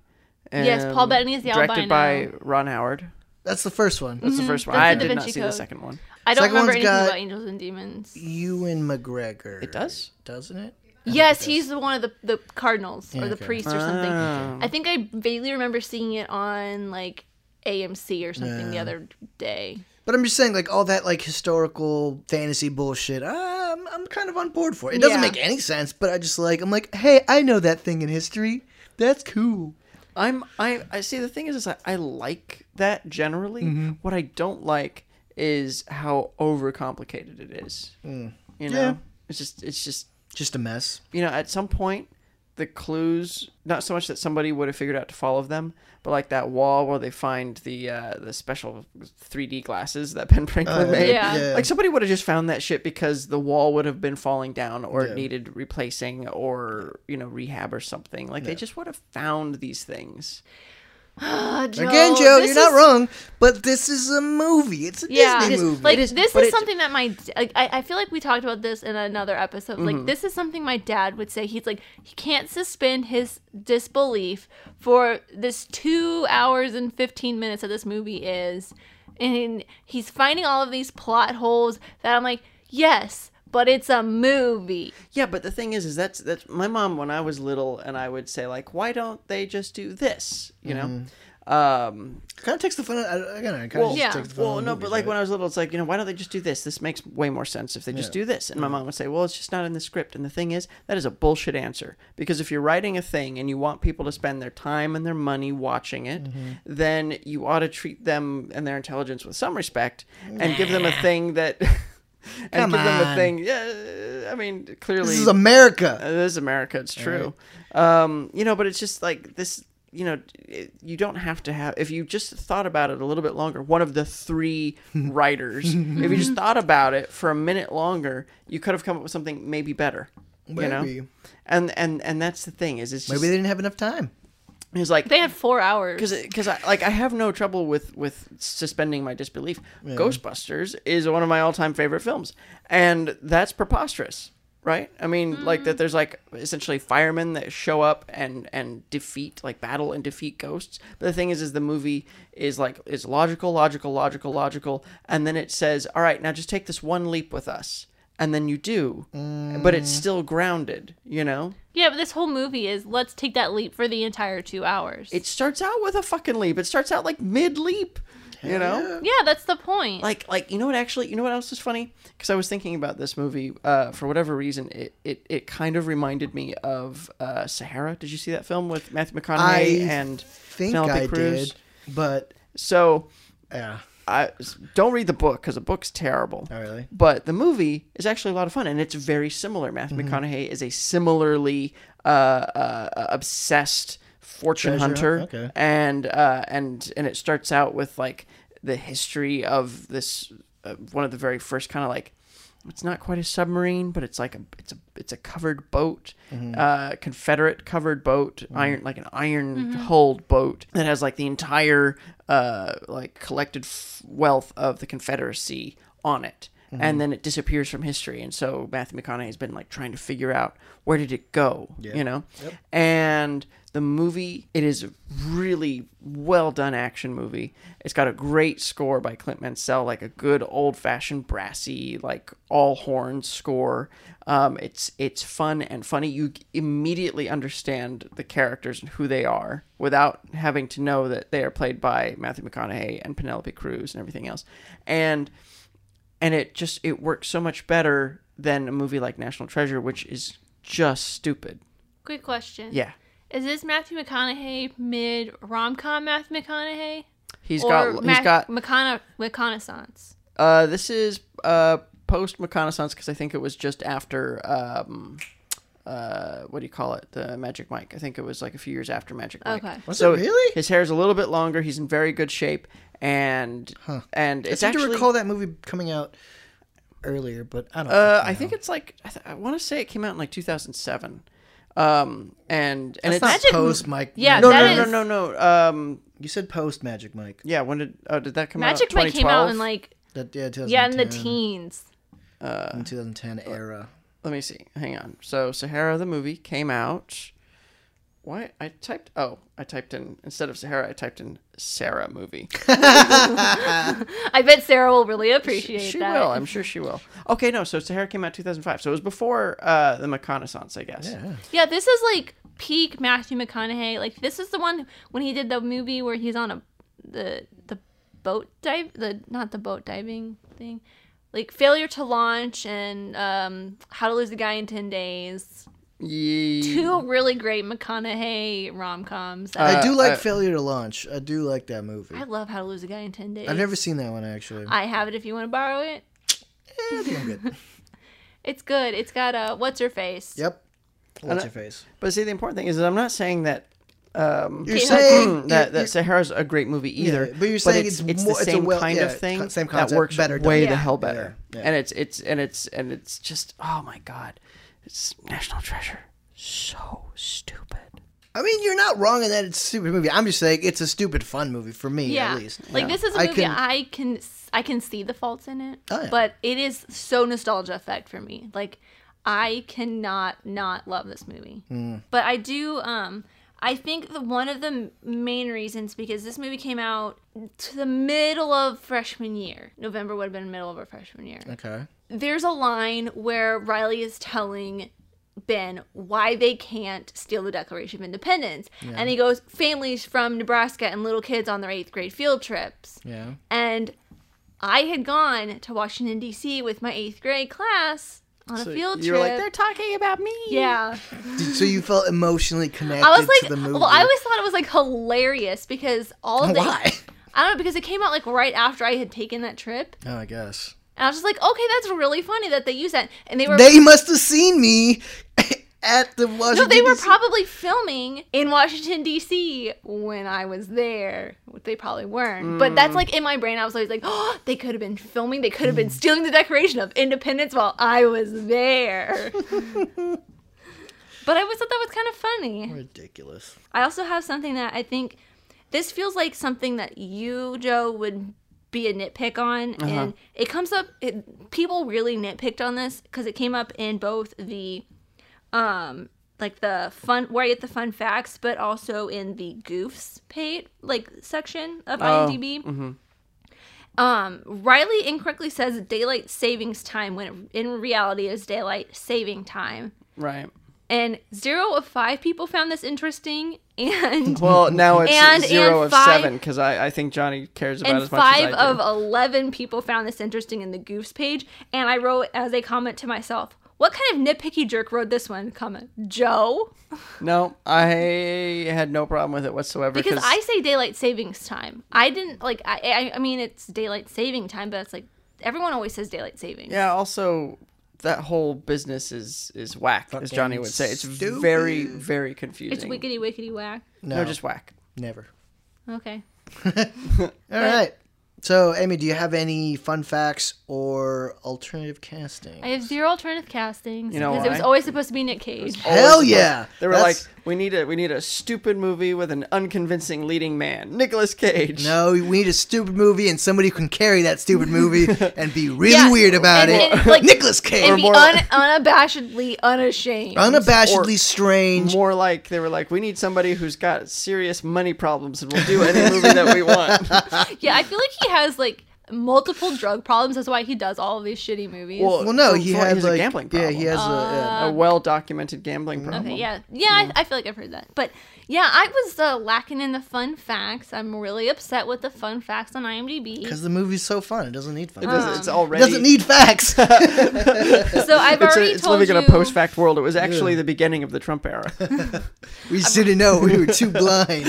S1: Yes, Paul
S2: um,
S1: Bettany is the
S2: directed
S1: albino. Mm-hmm.
S2: by Ron Howard.
S3: That's the first one.
S2: That's the first one.
S1: that's
S2: I
S1: the
S2: did
S1: Da
S2: not
S1: Vinci
S2: see the
S1: Code.
S2: second one.
S1: I don't
S3: Second
S1: remember
S3: one's
S1: anything
S3: got-
S1: about Angels and Demons.
S3: Ewan McGregor.
S2: It does.
S3: doesn't it?
S1: Yes, he's the one of the the cardinals
S3: Yeah,
S1: or the
S3: okay.
S1: priest or something.
S2: Ah.
S1: I think I vaguely remember seeing it on like AMC or something the
S3: Yeah.
S1: other day.
S3: But I'm just saying, like all that like historical fantasy bullshit. ah, I'm I'm kind of on board for it. It doesn't
S1: Yeah.
S3: make any sense, but I just like I'm like, hey, I know that thing in history. That's cool.
S2: I'm I I see the thing is is I, I like that generally. What I don't like is how overcomplicated it is. You know,
S3: Yeah.
S2: it's just it's just
S3: Just a mess.
S2: you know at some point the clues not so much that somebody would have figured out to follow them but like that wall where they find the uh the special 3d glasses that ben franklin made
S1: Yeah.
S3: Yeah.
S2: like somebody would have just found that shit because the wall would have been falling down or
S3: Yeah.
S2: it needed replacing or you know rehab or something like they just would have found these things
S1: Ah, Joe,
S3: Again, Joe,
S1: this
S3: you're not
S1: is-
S3: wrong, but this is a movie. It's a
S1: Yeah,
S3: Disney movie.
S1: like
S2: It is,
S1: this
S2: but
S1: is
S2: it's-
S1: something that my like, I, I feel like we talked about this in another episode. Like
S2: Mm-hmm.
S1: this is something my dad would say. He's like he can't suspend his disbelief for this two hours and fifteen minutes that this movie is, and he's finding all of these plot holes that I'm like, yes, but it's a movie.
S2: yeah but the thing is is that's that's my mom when i was little and i would say like why don't they just do this you
S3: Mm-hmm.
S2: know um
S3: kind of takes the fun. Out, I, I kind of
S2: well,
S3: just
S1: yeah.
S3: takes the fun. out
S2: well
S3: of
S2: no
S3: movies,
S2: but like
S3: right?
S2: when i was little it's like you know why don't they just do this this makes way more sense if they just do this and my mom would say well it's just not in the script and the thing is that is a bullshit answer because if you're writing a thing and you want people to spend their time and their money watching it
S3: Mm-hmm.
S2: then you ought to treat them and their intelligence with some respect and give them a thing that and
S3: Come
S2: give them a
S3: on.
S2: thing yeah i mean clearly
S3: this is America.
S2: uh, It is America. It's true. Um, you know, but it's just like this. You know, it- you don't have to have. If you just thought about it a little bit longer, one of the three writers, if you just thought about it for a minute longer, you could have come up with something maybe better. You know,
S3: Maybe.
S2: and and and that's the thing is it's just,
S3: Maybe they didn't have enough time.
S2: it's like
S1: They had four hours.
S2: because because I like I have no trouble with with suspending my disbelief. Ghostbusters is one of my all time favorite films, and that's preposterous, right? I mean, like that there's like essentially firemen that show up and and defeat like battle and defeat ghosts. But the thing is, is the movie is like is logical, logical, logical, logical, and then it says, all right, now just take this one leap with us. and then you do, but it's still grounded. You know,
S1: Yeah, but this whole movie is let's take that leap for the entire two hours.
S2: it starts out with a fucking leap. It starts out like mid leap. You know,
S1: yeah, that's the point.
S2: like like you know what actually you know what else is funny because i was thinking about this movie uh, for whatever reason it, it it kind of reminded me of uh, sahara did you see that film with matthew mcconaughey and
S3: think
S2: Penelope
S3: I
S2: Cruz?
S3: did, but
S2: so
S3: yeah,
S2: i don't read the book because the book's terrible
S3: Oh, really?
S2: but the movie is actually a lot of fun and it's very similar matthew
S3: Mm-hmm.
S2: mcconaughey is a similarly uh, uh, obsessed fortune
S3: Treasure
S2: hunter
S3: hunt- okay.
S2: and uh, and and it starts out with like the history of this uh, one of the very first kind of like it's not quite a submarine, but it's like a it's a it's a covered boat,
S3: Mm-hmm.
S2: uh, Confederate covered boat, iron like an iron hulled boat that has like the entire uh, like collected f- wealth of the Confederacy on it, and then it disappears from history. And so Matthew McConaughey has been like trying to figure out where did it go, you know, and the movie it is a really well done action movie it's got a great score by clint mansell like a good old fashioned brassy like all horn score um, it's it's fun and funny you immediately understand the characters and who they are without having to know that they are played by matthew mcconaughey and penelope cruz and everything else and and it just it works so much better than a movie like national treasure which is just stupid
S1: Quick question.
S2: yeah
S1: Is this Matthew McConaughey mid rom com Matthew McConaughey?
S2: He's
S1: or
S2: got
S1: Math-
S2: he's got
S1: McCona- reconnaissance.
S2: uh this is uh post reconnaissance because I think it was just after um uh what do you call it the Magic Mike I think it was like a few years after Magic Mike.
S1: Okay.
S3: Was it really?
S2: His hair's a little bit longer. He's in very good shape and and
S3: I
S2: it's
S3: seem
S2: actually
S3: to recall that movie coming out earlier, but I don't.
S2: uh I think it's like I, th- I want to say it came out in like 2007. Um and and
S3: it's
S2: it's
S3: not post Mike.
S1: Yeah,
S3: no,
S2: no,
S3: no,
S1: that
S2: no,
S1: is-
S2: no, no, no. Um,
S3: you said post Magic Mike.
S2: yeah. When did oh, did that come
S1: Magic
S2: out?
S1: Mike came out in
S2: 2012?
S1: like
S3: That yeah, 2010,
S1: yeah in the teens.
S3: in 2010 era.
S2: let me see. Hang on. So Sahara the movie came out. Why I typed? Oh, I typed in instead of Sahara, I typed in Sarah movie.
S1: I bet Sarah will really appreciate
S2: she
S1: that.
S2: will. I'm sure she will. Okay, no. So Sahara came out 2005. So it was before uh, the reconnaissance, I guess. Yeah.
S1: Yeah, this is like peak Matthew McConaughey. Like this is the one when he did the movie where he's on a the the boat dive the not the boat diving thing. Like failure to launch and um, how to lose a guy in ten days. Two really great McConaughey rom coms.
S3: I
S2: Uh,
S3: do like
S2: I-
S3: Failure to Launch. I do like that movie.
S1: I love how to lose a guy in ten days.
S3: I've never seen that one actually.
S1: I have it if you want to borrow it.
S3: Eh, damn good.
S1: It's good. It's got a what's her face.
S3: Yep. What's your face?
S2: But see, the important thing is that I'm not saying that
S3: You're
S1: Yeah.
S3: saying
S2: Mm, that,
S3: you're-
S2: that Sahara's a great movie either.
S3: but you're saying it's
S2: the
S3: more- it's a
S2: same
S3: well-
S2: kind
S3: yeah,
S2: of thing
S3: co- same
S2: that
S3: concept,
S2: works
S3: better done.
S2: way
S1: Yeah.
S2: the hell better.
S3: Yeah, yeah.
S2: And it's it's and it's and it's just oh my god, it's National Treasure, so stupid.
S3: I mean, you're not wrong in that it's a stupid movie. I'm just saying it's a stupid fun movie for me,
S1: yeah.
S3: at least.
S1: Like this is a
S3: I
S1: movie
S3: can-
S1: I can I can see the faults in it,
S3: Oh, yeah.
S1: but it is so nostalgia effect for me. Like I cannot not love this movie.
S3: Mm.
S1: But I do um I think the one of the m- main reasons because this movie came out to the middle of freshman year. November would have been middle of our freshman year
S3: Okay.
S1: there's a line where Riley is telling Ben why they can't steal the Declaration of Independence. And he goes, families from Nebraska and little kids on their eighth grade field trips.
S3: Yeah.
S1: And I had gone to Washington, D.C. with my eighth grade class on a field
S2: you
S1: trip.
S2: were like they're talking about me.
S1: yeah.
S3: Did- so you felt emotionally connected
S1: I was
S3: to
S1: like,
S3: the movie.
S1: well, I always thought it was like hilarious because all of the.
S3: Why?
S1: I don't know, because it came out like right after I had taken that trip.
S3: Oh, I guess.
S1: And I was just like, okay, that's really funny that they use that. And they were
S3: They must have seen me at the Washington.
S1: No, they were
S3: DC
S1: probably filming in Washington D.C. when I was there. They probably weren't, but that's like in my brain. I was always like, "Oh, they could have been filming. They could have been stealing the Declaration of Independence while I was there." but I always thought that was kind of funny.
S3: Ridiculous.
S1: I also have something that I think this feels like something that you, Joe, would be a nitpick on, and it comes up. It, people really nitpicked on this because it came up in both the, um, like the fun where I get the fun facts, but also in the goofs page like section of IMDb. Um, Riley incorrectly says daylight savings time when it, in reality is daylight saving time.
S2: Right.
S1: And zero of five people found this interesting, and
S2: Well, now it's
S1: And-
S2: zero
S1: and
S2: of
S1: five-
S2: seven because I, I think Johnny cares about
S1: and
S2: as much
S1: five
S2: as I
S1: of
S2: do.
S1: eleven people found this interesting in the Goofs page. And I wrote as a comment to myself, "What kind of nitpicky jerk wrote this one?" Comment Joe,
S2: No, I had no problem with it whatsoever.
S1: because I say daylight savings time. I didn't like. I I, I mean, it's daylight saving time, but it's like everyone always says daylight saving.
S2: yeah. Also, that whole business is is whack, as Johnny would say. It's
S3: stupid.
S2: very very confusing.
S1: it's wickety wickety whack.
S2: No, just whack.
S3: never.
S1: Okay.
S3: All right. So, Amy, do you have any fun facts or alternative casting?
S1: I have zero alternative castings
S2: You know
S1: because it was
S2: why?
S1: always supposed to be Nick Cage.
S3: Hell
S2: Always the
S3: yeah.
S2: best. They were
S3: That's-
S2: like, we need a we need a stupid movie with an unconvincing leading man, Nicolas Cage.
S3: no, we need a stupid movie and somebody who can carry that stupid movie and be really
S1: Yeah,
S3: weird about
S1: and-
S3: it.
S1: and, like,
S3: Nicholas Cage.
S1: and be un- unabashedly unashamed.
S3: unabashedly
S2: or-
S3: strange.
S2: More like they were like, we need somebody who's got serious money problems and will do any movie that we want.
S1: yeah, I feel like he has like multiple drug problems. That's why he does all of these shitty movies.
S3: well, no,
S2: for-
S3: he
S2: for-
S3: had
S2: he's
S3: like
S2: a gambling
S3: yeah,
S2: problem.
S3: he has a
S2: a well documented gambling problem.
S1: okay, yeah, yeah, I, I feel like I've heard that. But yeah, I was uh, lacking in the fun facts. I'm really upset with the fun facts on IMDb.
S3: because the movie's so fun. It doesn't need fun.
S2: It
S3: facts.
S2: does, it's
S1: Um,
S3: It
S2: already.
S3: doesn't need facts.
S1: So I've
S2: It's,
S1: already
S2: a, it's
S1: told
S2: living
S1: you.
S2: in a post fact world. It was actually the beginning of the Trump era.
S3: we just didn't know. We were too blind.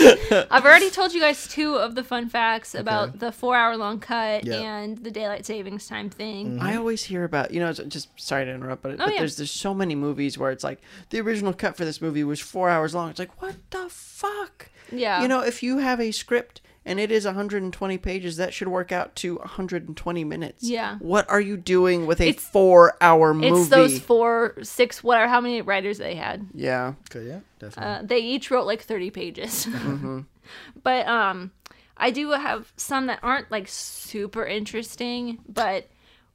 S1: I've already told you guys two of the fun facts about the four-hour-long cut
S3: Yeah.
S1: and the daylight savings time thing.
S2: I always hear about you know it's- just sorry to interrupt, but, but
S1: Mm-hmm. Oh, yeah.
S2: there's there's so many movies where it's like the original cut for this movie was four hours long. It's like what the fuck?
S1: Yeah.
S2: You know if you have a script and it is 120 pages, that should work out to 120 minutes.
S1: Yeah.
S2: What are you doing with a
S1: It's-
S2: four hour movie?
S1: It's those four, six, whatever, how many writers they had.
S2: yeah.
S3: Okay, yeah, definitely.
S1: Uh, they each wrote like 30 pages.
S3: Mm-hmm.
S1: but um, I do have some that aren't like super interesting. But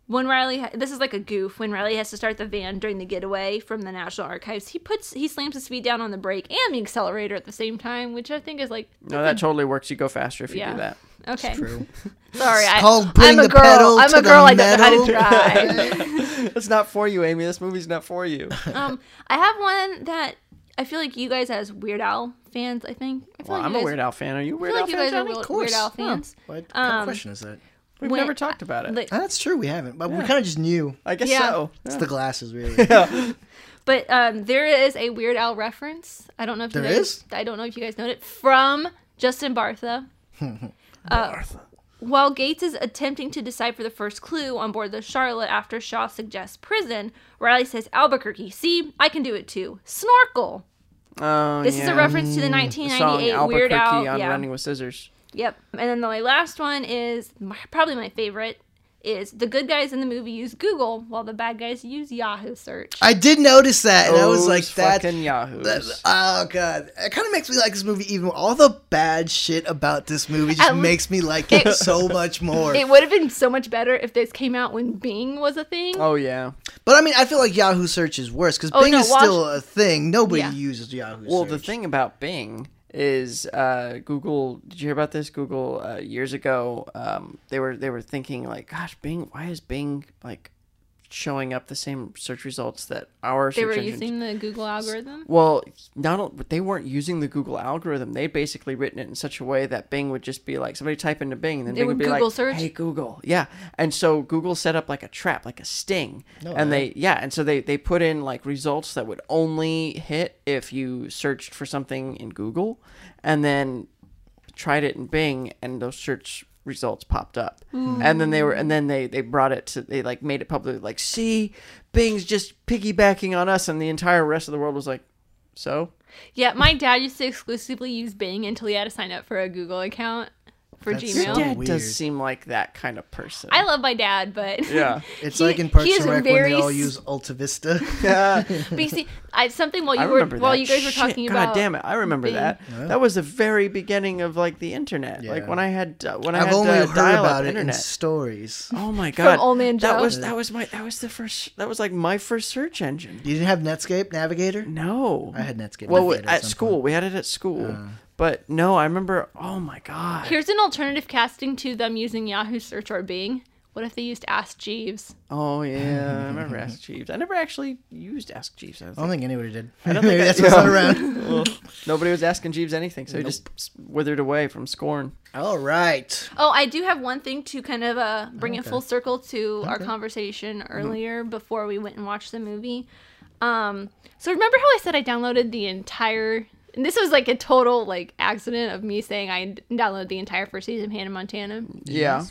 S1: when Riley, ha- this is like a goof, when Riley has to start the van during the getaway from the National Archives, he puts, he slams his feet down on the brake and the accelerator at the same time, which I think is like,
S2: No, that totally works. You go faster if you
S1: Yeah.
S2: do that.
S1: okay.
S3: True.
S1: Sorry. I,
S3: called
S1: I'm
S3: putting
S1: a
S3: the
S1: girl.
S3: pedal
S1: I'm
S3: to
S1: a
S3: the
S1: girl. I don't know how
S3: metal.
S1: to drive.
S2: It's not for you, Amy. This movie's not for you.
S1: Um, I have one that I feel like you guys as Weird Al fans. I think. I feel
S2: Well,
S1: like
S2: I'm
S1: you
S2: a
S1: guys-
S2: Weird Al fan. Are you a
S1: I
S2: Weird
S1: feel
S2: Al
S1: like you
S2: fan?
S1: guys are
S2: Johnny?
S1: Weird, Weird Al fans.
S3: What kind
S1: um,
S3: of question is that?
S2: We've
S1: when-
S2: never talked about it.
S1: Like-
S3: Ah, That's true. We haven't, but we kind of just knew.
S2: I guess
S1: Yeah.
S2: so.
S3: It's the glasses, really.
S1: but um, there is a Weird Al reference. I don't know if you
S3: There
S1: guys,
S3: is?
S1: I don't know if you guys know it from Justin Bartha. Uh,
S2: Bartha.
S1: While Gates is attempting to decipher the first clue on board the Charlotte after Shaw suggests prison, Riley says Albuquerque. See, I can do it too. Snorkel.
S2: Oh,
S1: This is a
S2: yeah.
S1: reference to the
S2: The song
S1: 1998
S2: Albuquerque
S1: Weird Al.
S2: on
S1: yeah.
S2: Running with Scissors.
S1: Yep. And then the last one is my, probably my favorite is the good guys in the movie use Google while the bad guys use Yahoo search.
S3: I did notice that, and I was
S2: Those
S3: like, that.
S2: fucking Yahoos.
S3: that- Oh god, it kind of makes me like this movie even more. All the bad shit about this movie just
S1: At le-
S3: makes me like it,
S1: It-
S3: so much more.
S1: It would have been so much better if this came out when Bing was a thing.
S2: oh yeah.
S3: but I mean, I feel like Yahoo search is worse because
S1: Oh,
S3: Bing
S1: no,
S3: is
S1: watch-
S3: still a thing. Nobody
S1: Yeah.
S3: uses Yahoo.
S2: Well,
S3: search.
S2: the thing about Bing is uh, Google. Did you hear about this? Google uh, years ago, um, they were they were thinking like, gosh, Bing. Why is Bing like showing up the same search results that our
S1: they
S2: search
S1: were
S2: engines
S1: using the Google algorithm.
S2: Well, not o- they weren't using the Google algorithm. They'd basically written it in such a way that Bing would just be like somebody type into Bing, and then
S1: They
S2: Bing
S1: would
S2: would be
S1: Google
S2: like,
S1: search?
S2: "Hey Google," yeah. And so Google set up like a trap, like a sting, and they yeah, and so they they put in like results that would only hit if you searched for something in Google, and then tried it in Bing, and those search results popped up.
S1: Hmm.
S2: And then they were, and then they they brought it to, they like made it public, like, see, Bing's just piggybacking on us, and the entire rest of the world was like, so
S1: Yeah, my dad used to exclusively use Bing until he had to sign up for a Google account for
S3: That's
S1: Gmail.
S3: so-
S2: dad
S3: weird.
S2: does seem like that kind of person.
S1: I love my dad, but
S2: yeah,
S3: it's
S1: he-
S3: like in Parks
S1: he
S3: and
S1: is
S3: Rec when
S1: very
S3: they all
S1: s-
S3: use Alta Vista.
S1: but you see, I something while
S2: I
S1: you were
S2: remember
S1: while
S2: that.
S1: you guys were
S2: Shit,
S1: talking
S2: God
S1: about.
S2: damn it, I remember
S1: Bing.
S2: that. That was the very beginning of like the internet. Like when I had uh, when I
S3: I've
S2: had
S3: only
S2: uh,
S3: heard
S2: dial-up
S3: about it
S2: internet.
S3: in stories.
S2: Oh my god!
S1: Old Man
S2: That
S1: Joe.
S2: was that was my that was the first that was like my first search engine.
S3: You didn't have Netscape Navigator?
S2: No,
S3: I had Netscape
S2: Well,
S3: Navigator
S2: at
S3: some Uh.
S2: school we had it at school, But no, I remember. Oh my god.
S1: Here's an alternative casting to them using Yahoo search or Bing. What if they used Ask Jeeves?
S2: Oh yeah, I remember Ask Jeeves. I never actually used Ask Jeeves. I don't
S3: I don't
S2: think.
S3: think anybody did.
S2: I don't think
S3: Maybe
S2: I-
S3: that's what's
S2: no.
S3: not around.
S2: Well, nobody was asking Jeeves anything, so he just s- withered away from scorn.
S3: All right.
S1: Oh, I do have one thing to kind of uh, bring it
S3: Okay. Mm-hmm.
S1: full circle to our conversation earlier before we went and watched the movie. Um, so remember how I said I downloaded the entire. And this was like a total like accident of me saying I d- downloaded the entire first season of Hannah Montana.
S2: Yeah.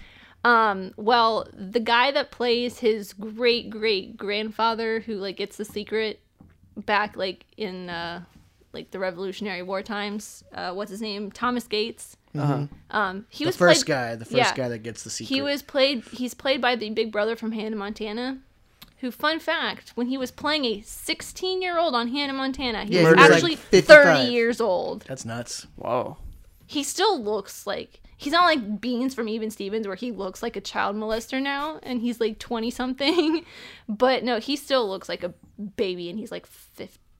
S1: Um, well, the guy that plays his great great grandfather, who like gets the secret back like in uh, like the Revolutionary War times, uh, what's his name? Thomas Gates. Um, he
S3: Mm-hmm. The
S1: was
S3: first
S1: played-
S3: guy, the first
S1: yeah.
S3: guy that gets the secret.
S1: He was played. He's played by the big brother from Hannah Montana. Who, fun fact, when he was playing a 16 year old on Hannah Montana, he
S3: Yeah,
S1: was
S2: he was, like,
S1: actually
S3: 55.
S1: 30 years old.
S3: That's nuts.
S2: Whoa.
S1: He still looks like he's not like Beans from Even Stevens, where he looks like a child molester now, and he's like 20 something. But no, he still looks like a baby, and he's like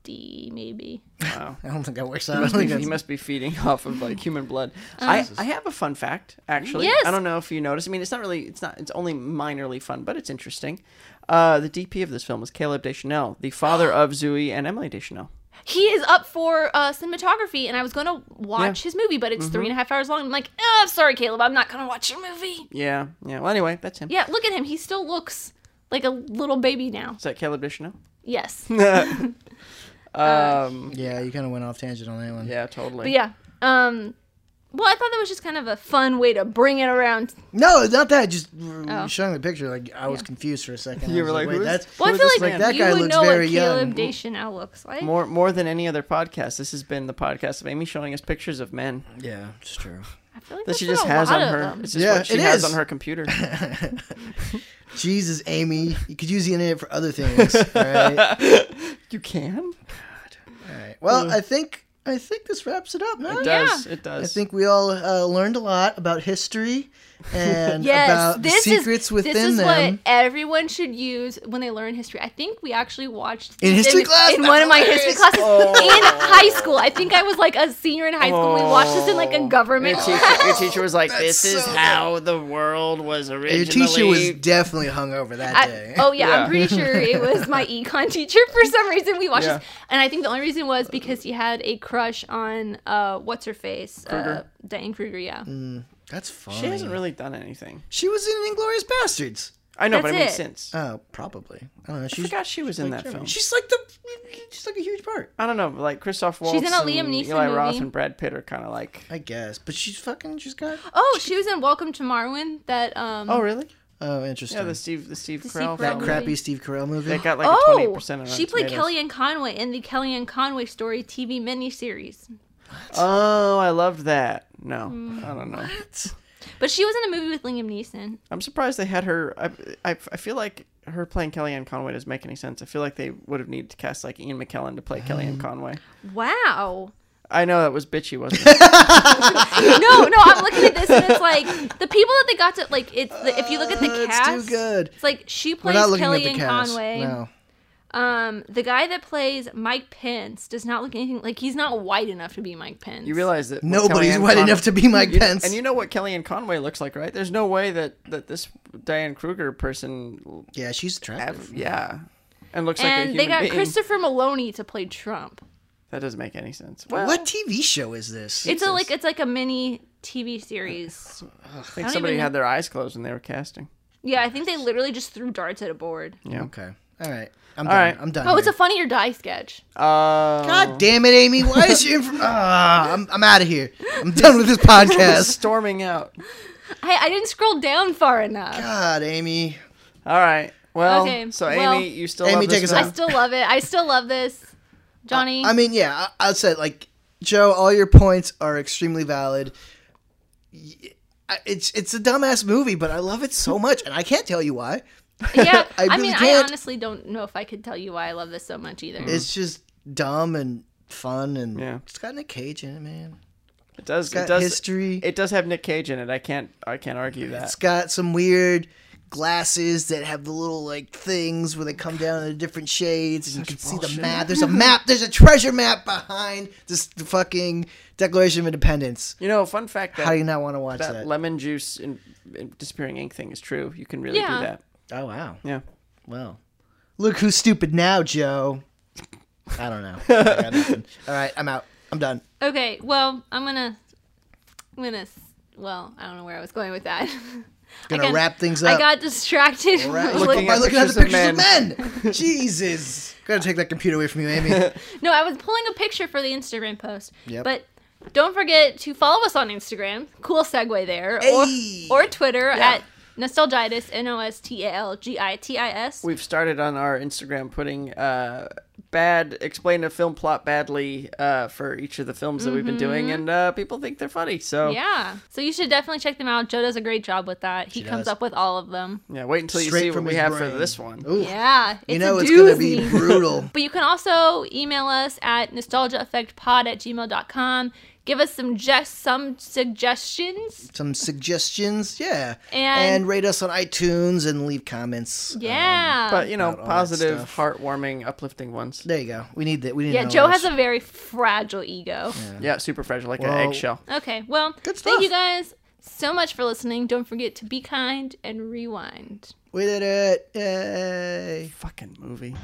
S1: 50 maybe.
S3: I don't think that works out. I don't think
S2: he
S3: that's...
S2: must be feeding off of like human blood. I, I have a fun fact actually.
S1: Uh, Yes.
S2: I don't know if you noticed. I mean, it's not really. It's not. It's only minorly fun, but it's interesting. Uh, the DP of this film was Caleb Deschanel, the father of Zooey and Emily Deschanel.
S1: he is up for uh, cinematography, and I was gonna watch his movie, but it's three and a half hours long. I'm like, oh, sorry, Caleb, I'm not gonna watch your movie.
S2: Yeah. Yeah. Well, anyway, that's him.
S1: Yeah, look at him. He still looks like a little baby now.
S2: Is that Caleb Deschanel?
S1: Yes.
S2: Um.
S3: Yeah, you kind of went off tangent on that one.
S2: Yeah.
S1: Uh,
S2: Totally.
S1: But yeah. Um well, I thought that was just kind of a fun way to bring it around.
S3: No, it's not that. Just
S1: Oh.
S3: uh showing the picture, like I was confused for a second. I
S2: You
S3: was
S2: were like,
S3: wait,
S2: who's-
S3: that's
S1: Well, I
S2: Who's
S1: feel
S2: this
S1: like
S2: man?
S3: That
S1: you
S3: guy
S1: would
S3: looks
S1: know
S3: very
S1: what Caleb
S3: young.
S1: Deschanel looks like.
S2: More more than any other podcast, this has been the podcast of Amy showing us pictures of men
S3: yeah, it's true.
S1: I feel like
S2: that
S1: that's
S2: she just
S1: a
S2: has
S1: lot
S2: on
S1: of
S2: her.
S1: them.
S2: It's just
S3: Yeah,
S2: what she
S3: it
S2: has
S3: is.
S2: on her computer.
S3: Jesus, Amy, you could use the internet for other things. All right. All
S2: you can.
S3: right. Well, I think I think this wraps it up, man.
S2: It
S1: Oh, yeah.
S2: does. It does.
S3: I think we all uh, learned a lot about history and
S1: Yes,
S3: about the
S1: this
S3: secrets
S1: is,
S3: within
S1: this is
S3: them.
S1: what everyone should use when they learn history. I think we actually watched
S3: In history class?
S1: in one of my history
S3: Nice. Oh.
S1: classes in high school. I think I was like a senior in high school. We watched this in like a government.
S2: Your teacher, your teacher was like, "This is
S3: so-
S2: how the world was originally."
S3: Your teacher was definitely hungover that
S1: I,
S3: day.
S1: oh yeah,
S2: Yeah.
S1: I'm pretty sure it was my econ teacher for some reason. We watched
S2: Yeah.
S1: this, and I think the only reason was because he had a crush on uh, what's her face, uh,
S2: Kruger.
S1: Diane Kruger. Yeah,
S3: Mm. That's funny.
S2: She hasn't really done anything.
S3: She was in Inglorious Bastards.
S2: I know, but I
S1: That's
S2: mean,
S1: it.
S2: since
S3: Oh, probably. I don't know.
S2: I
S3: She's
S2: forgot she was in that film.
S3: she's like the she's like a huge part.
S2: I don't know, but, like Christoph Waltz,
S1: in a Liam
S2: and
S1: Neeson
S2: Eli Roth,
S1: movie.
S2: and Brad Pitt are kind of like.
S3: I guess, but she's fucking. She's got.
S1: Oh, she was in Welcome to Marwin. That um,
S2: Oh really?
S3: Oh, interesting.
S2: Yeah, the Steve, the Steve
S1: The Steve
S2: Carell.
S1: Carell
S3: that
S2: film.
S1: crap-
S3: crappy Steve Carell movie.
S2: They got like a twenty
S1: oh,
S2: percent.
S1: she played Kellyanne Conway in the Kellyanne Conway story TV miniseries.
S2: Oh, I loved that. No, I don't know.
S1: But she was in a movie with Liam Neeson.
S2: I'm surprised they had her. I, I, I feel like her playing Kellyanne Conway doesn't make any sense. I feel like they would have needed to cast like Ian McKellen to play Kellyanne Conway.
S1: Wow.
S2: I know that was bitchy, wasn't it?
S1: No, no, I'm looking at this and it's like the people that they got to like. It's the, if you look at the
S3: Uh, it's
S1: cast,
S3: too good.
S1: it's like she
S3: We're
S1: plays
S3: not looking at the
S1: Kellyanne
S3: cast.
S1: Conway.
S3: No.
S1: Um, the guy that plays Mike Pence does not look anything like he's not white enough to be Mike Pence.
S2: you realize that
S3: Nobody's
S2: Kellyanne
S3: white
S2: Conway-
S3: enough to be Mike
S2: You-
S3: Pence.
S2: and you know what Kellyanne Conway looks like, right? There's no way that that this Diane Kruger person,
S3: Yeah, she's attractive.
S2: yeah, and looks like a
S1: and
S2: human
S1: they got
S2: being.
S1: Christopher Maloney to play Trump.
S2: that doesn't make any sense. Well,
S3: What TV show is this?
S1: It's a like it's like a mini TV series.
S2: I think
S1: don't
S2: somebody
S1: even know.
S2: had their eyes closed when they were casting.
S1: Yeah, I think they literally just threw darts at a board.
S2: Yeah.
S3: Oh, okay. All right. I'm
S2: All
S3: done.
S2: right.
S3: I'm done.
S1: Oh, it's a
S3: here.
S1: funny or die sketch.
S2: Uh,
S3: God damn it, Amy! Why is your inf- Ah, I'm I'm out of here. I'm done with this podcast.
S2: storming out.
S1: I, I didn't scroll down far enough.
S3: God, Amy.
S2: All right. Well,
S1: Okay,
S2: so Amy,
S1: well-
S2: you still
S3: Amy,
S2: love this
S3: take us
S2: film?
S3: out.
S1: I still love it. I still love this. Johnny.
S3: I mean, yeah, I, I'd say like Joe, all your points are extremely valid. Y- I- It's it's a dumbass movie, but I love it so much, and I can't tell you why.
S1: yeah. I,
S3: I
S1: mean,
S3: really
S1: I
S3: can't.
S1: honestly don't know if I could tell you why I love this so much either.
S3: It's just dumb and fun, and
S2: Hmm. Yeah.
S3: it's got Nick Cage in it, man.
S2: It does.
S3: It's got
S2: It does.
S3: history.
S2: It does have Nick Cage in it. I can't. I can't argue that.
S3: It's got some weird glasses that have the little like things where they come down in the different shades and you can see the
S2: bullshit.
S3: map. There's a map. There's a treasure map behind this the fucking Declaration of Independence.
S2: You know, fun fact that,
S3: How do you not want to watch
S2: that,
S3: that?
S2: lemon juice and, and disappearing ink thing is true. You can really
S1: Yeah.
S2: do that.
S3: oh wow.
S2: Yeah.
S3: Well, look who's stupid now, Joe. I don't know. I got nothing. All right, I'm out. I'm done.
S1: Okay, well, I'm gonna, I'm gonna. s- Well, I don't know where I was going with that.
S3: Gonna
S1: Again,
S3: wrap things
S1: I
S3: up.
S1: got distracted.
S3: Right.
S1: with-
S2: Looking
S3: by
S2: at
S3: looking at the pictures
S2: pictures
S3: of
S2: of
S3: men. Jesus. Gotta take that computer away from you, Amy.
S1: No, I was pulling a picture for the Instagram post.
S3: Yep.
S1: But don't forget to follow us on Instagram. Cool segue there.
S3: Hey.
S1: Or, or Twitter at nostalgitis. N O S T A L G I T I S.
S2: We've started on our Instagram putting uh, bad, explain a film plot badly uh, for each of the films that we've been doing, and uh, people think they're funny. So, yeah,
S1: Yeah. So you should definitely check them out. Joe does a great job with that. He comes
S3: does.
S1: up with all of them.
S2: wait until you
S3: Straight
S2: see
S3: from
S2: what we
S3: his
S2: have for
S3: brain.
S2: this one.
S3: Ooh.
S1: Yeah. It's
S3: you know
S1: a
S3: it's gonna be
S1: doozy.
S3: brutal.
S1: But you can also email us at nostalgiaeffectpod at gmail.com. Give us some just some suggestions.
S3: Some suggestions, yeah,
S1: And-
S3: rate us on iTunes and leave comments. Um,
S1: Yeah.
S2: But, you know,
S3: all that
S2: positive,
S3: stuff.
S2: heartwarming, uplifting ones.
S3: There you go. We need that. We need.
S1: yeah,
S3: knowledge.
S1: Joe has a very fragile ego.
S2: Yeah, super fragile, like
S3: Well-
S2: an eggshell.
S1: Okay. Well,
S3: Good
S1: thank you
S3: stuff.
S1: guys so much for listening. Don't forget to be kind and rewind.
S3: We did it. Yay.
S2: Fucking movie.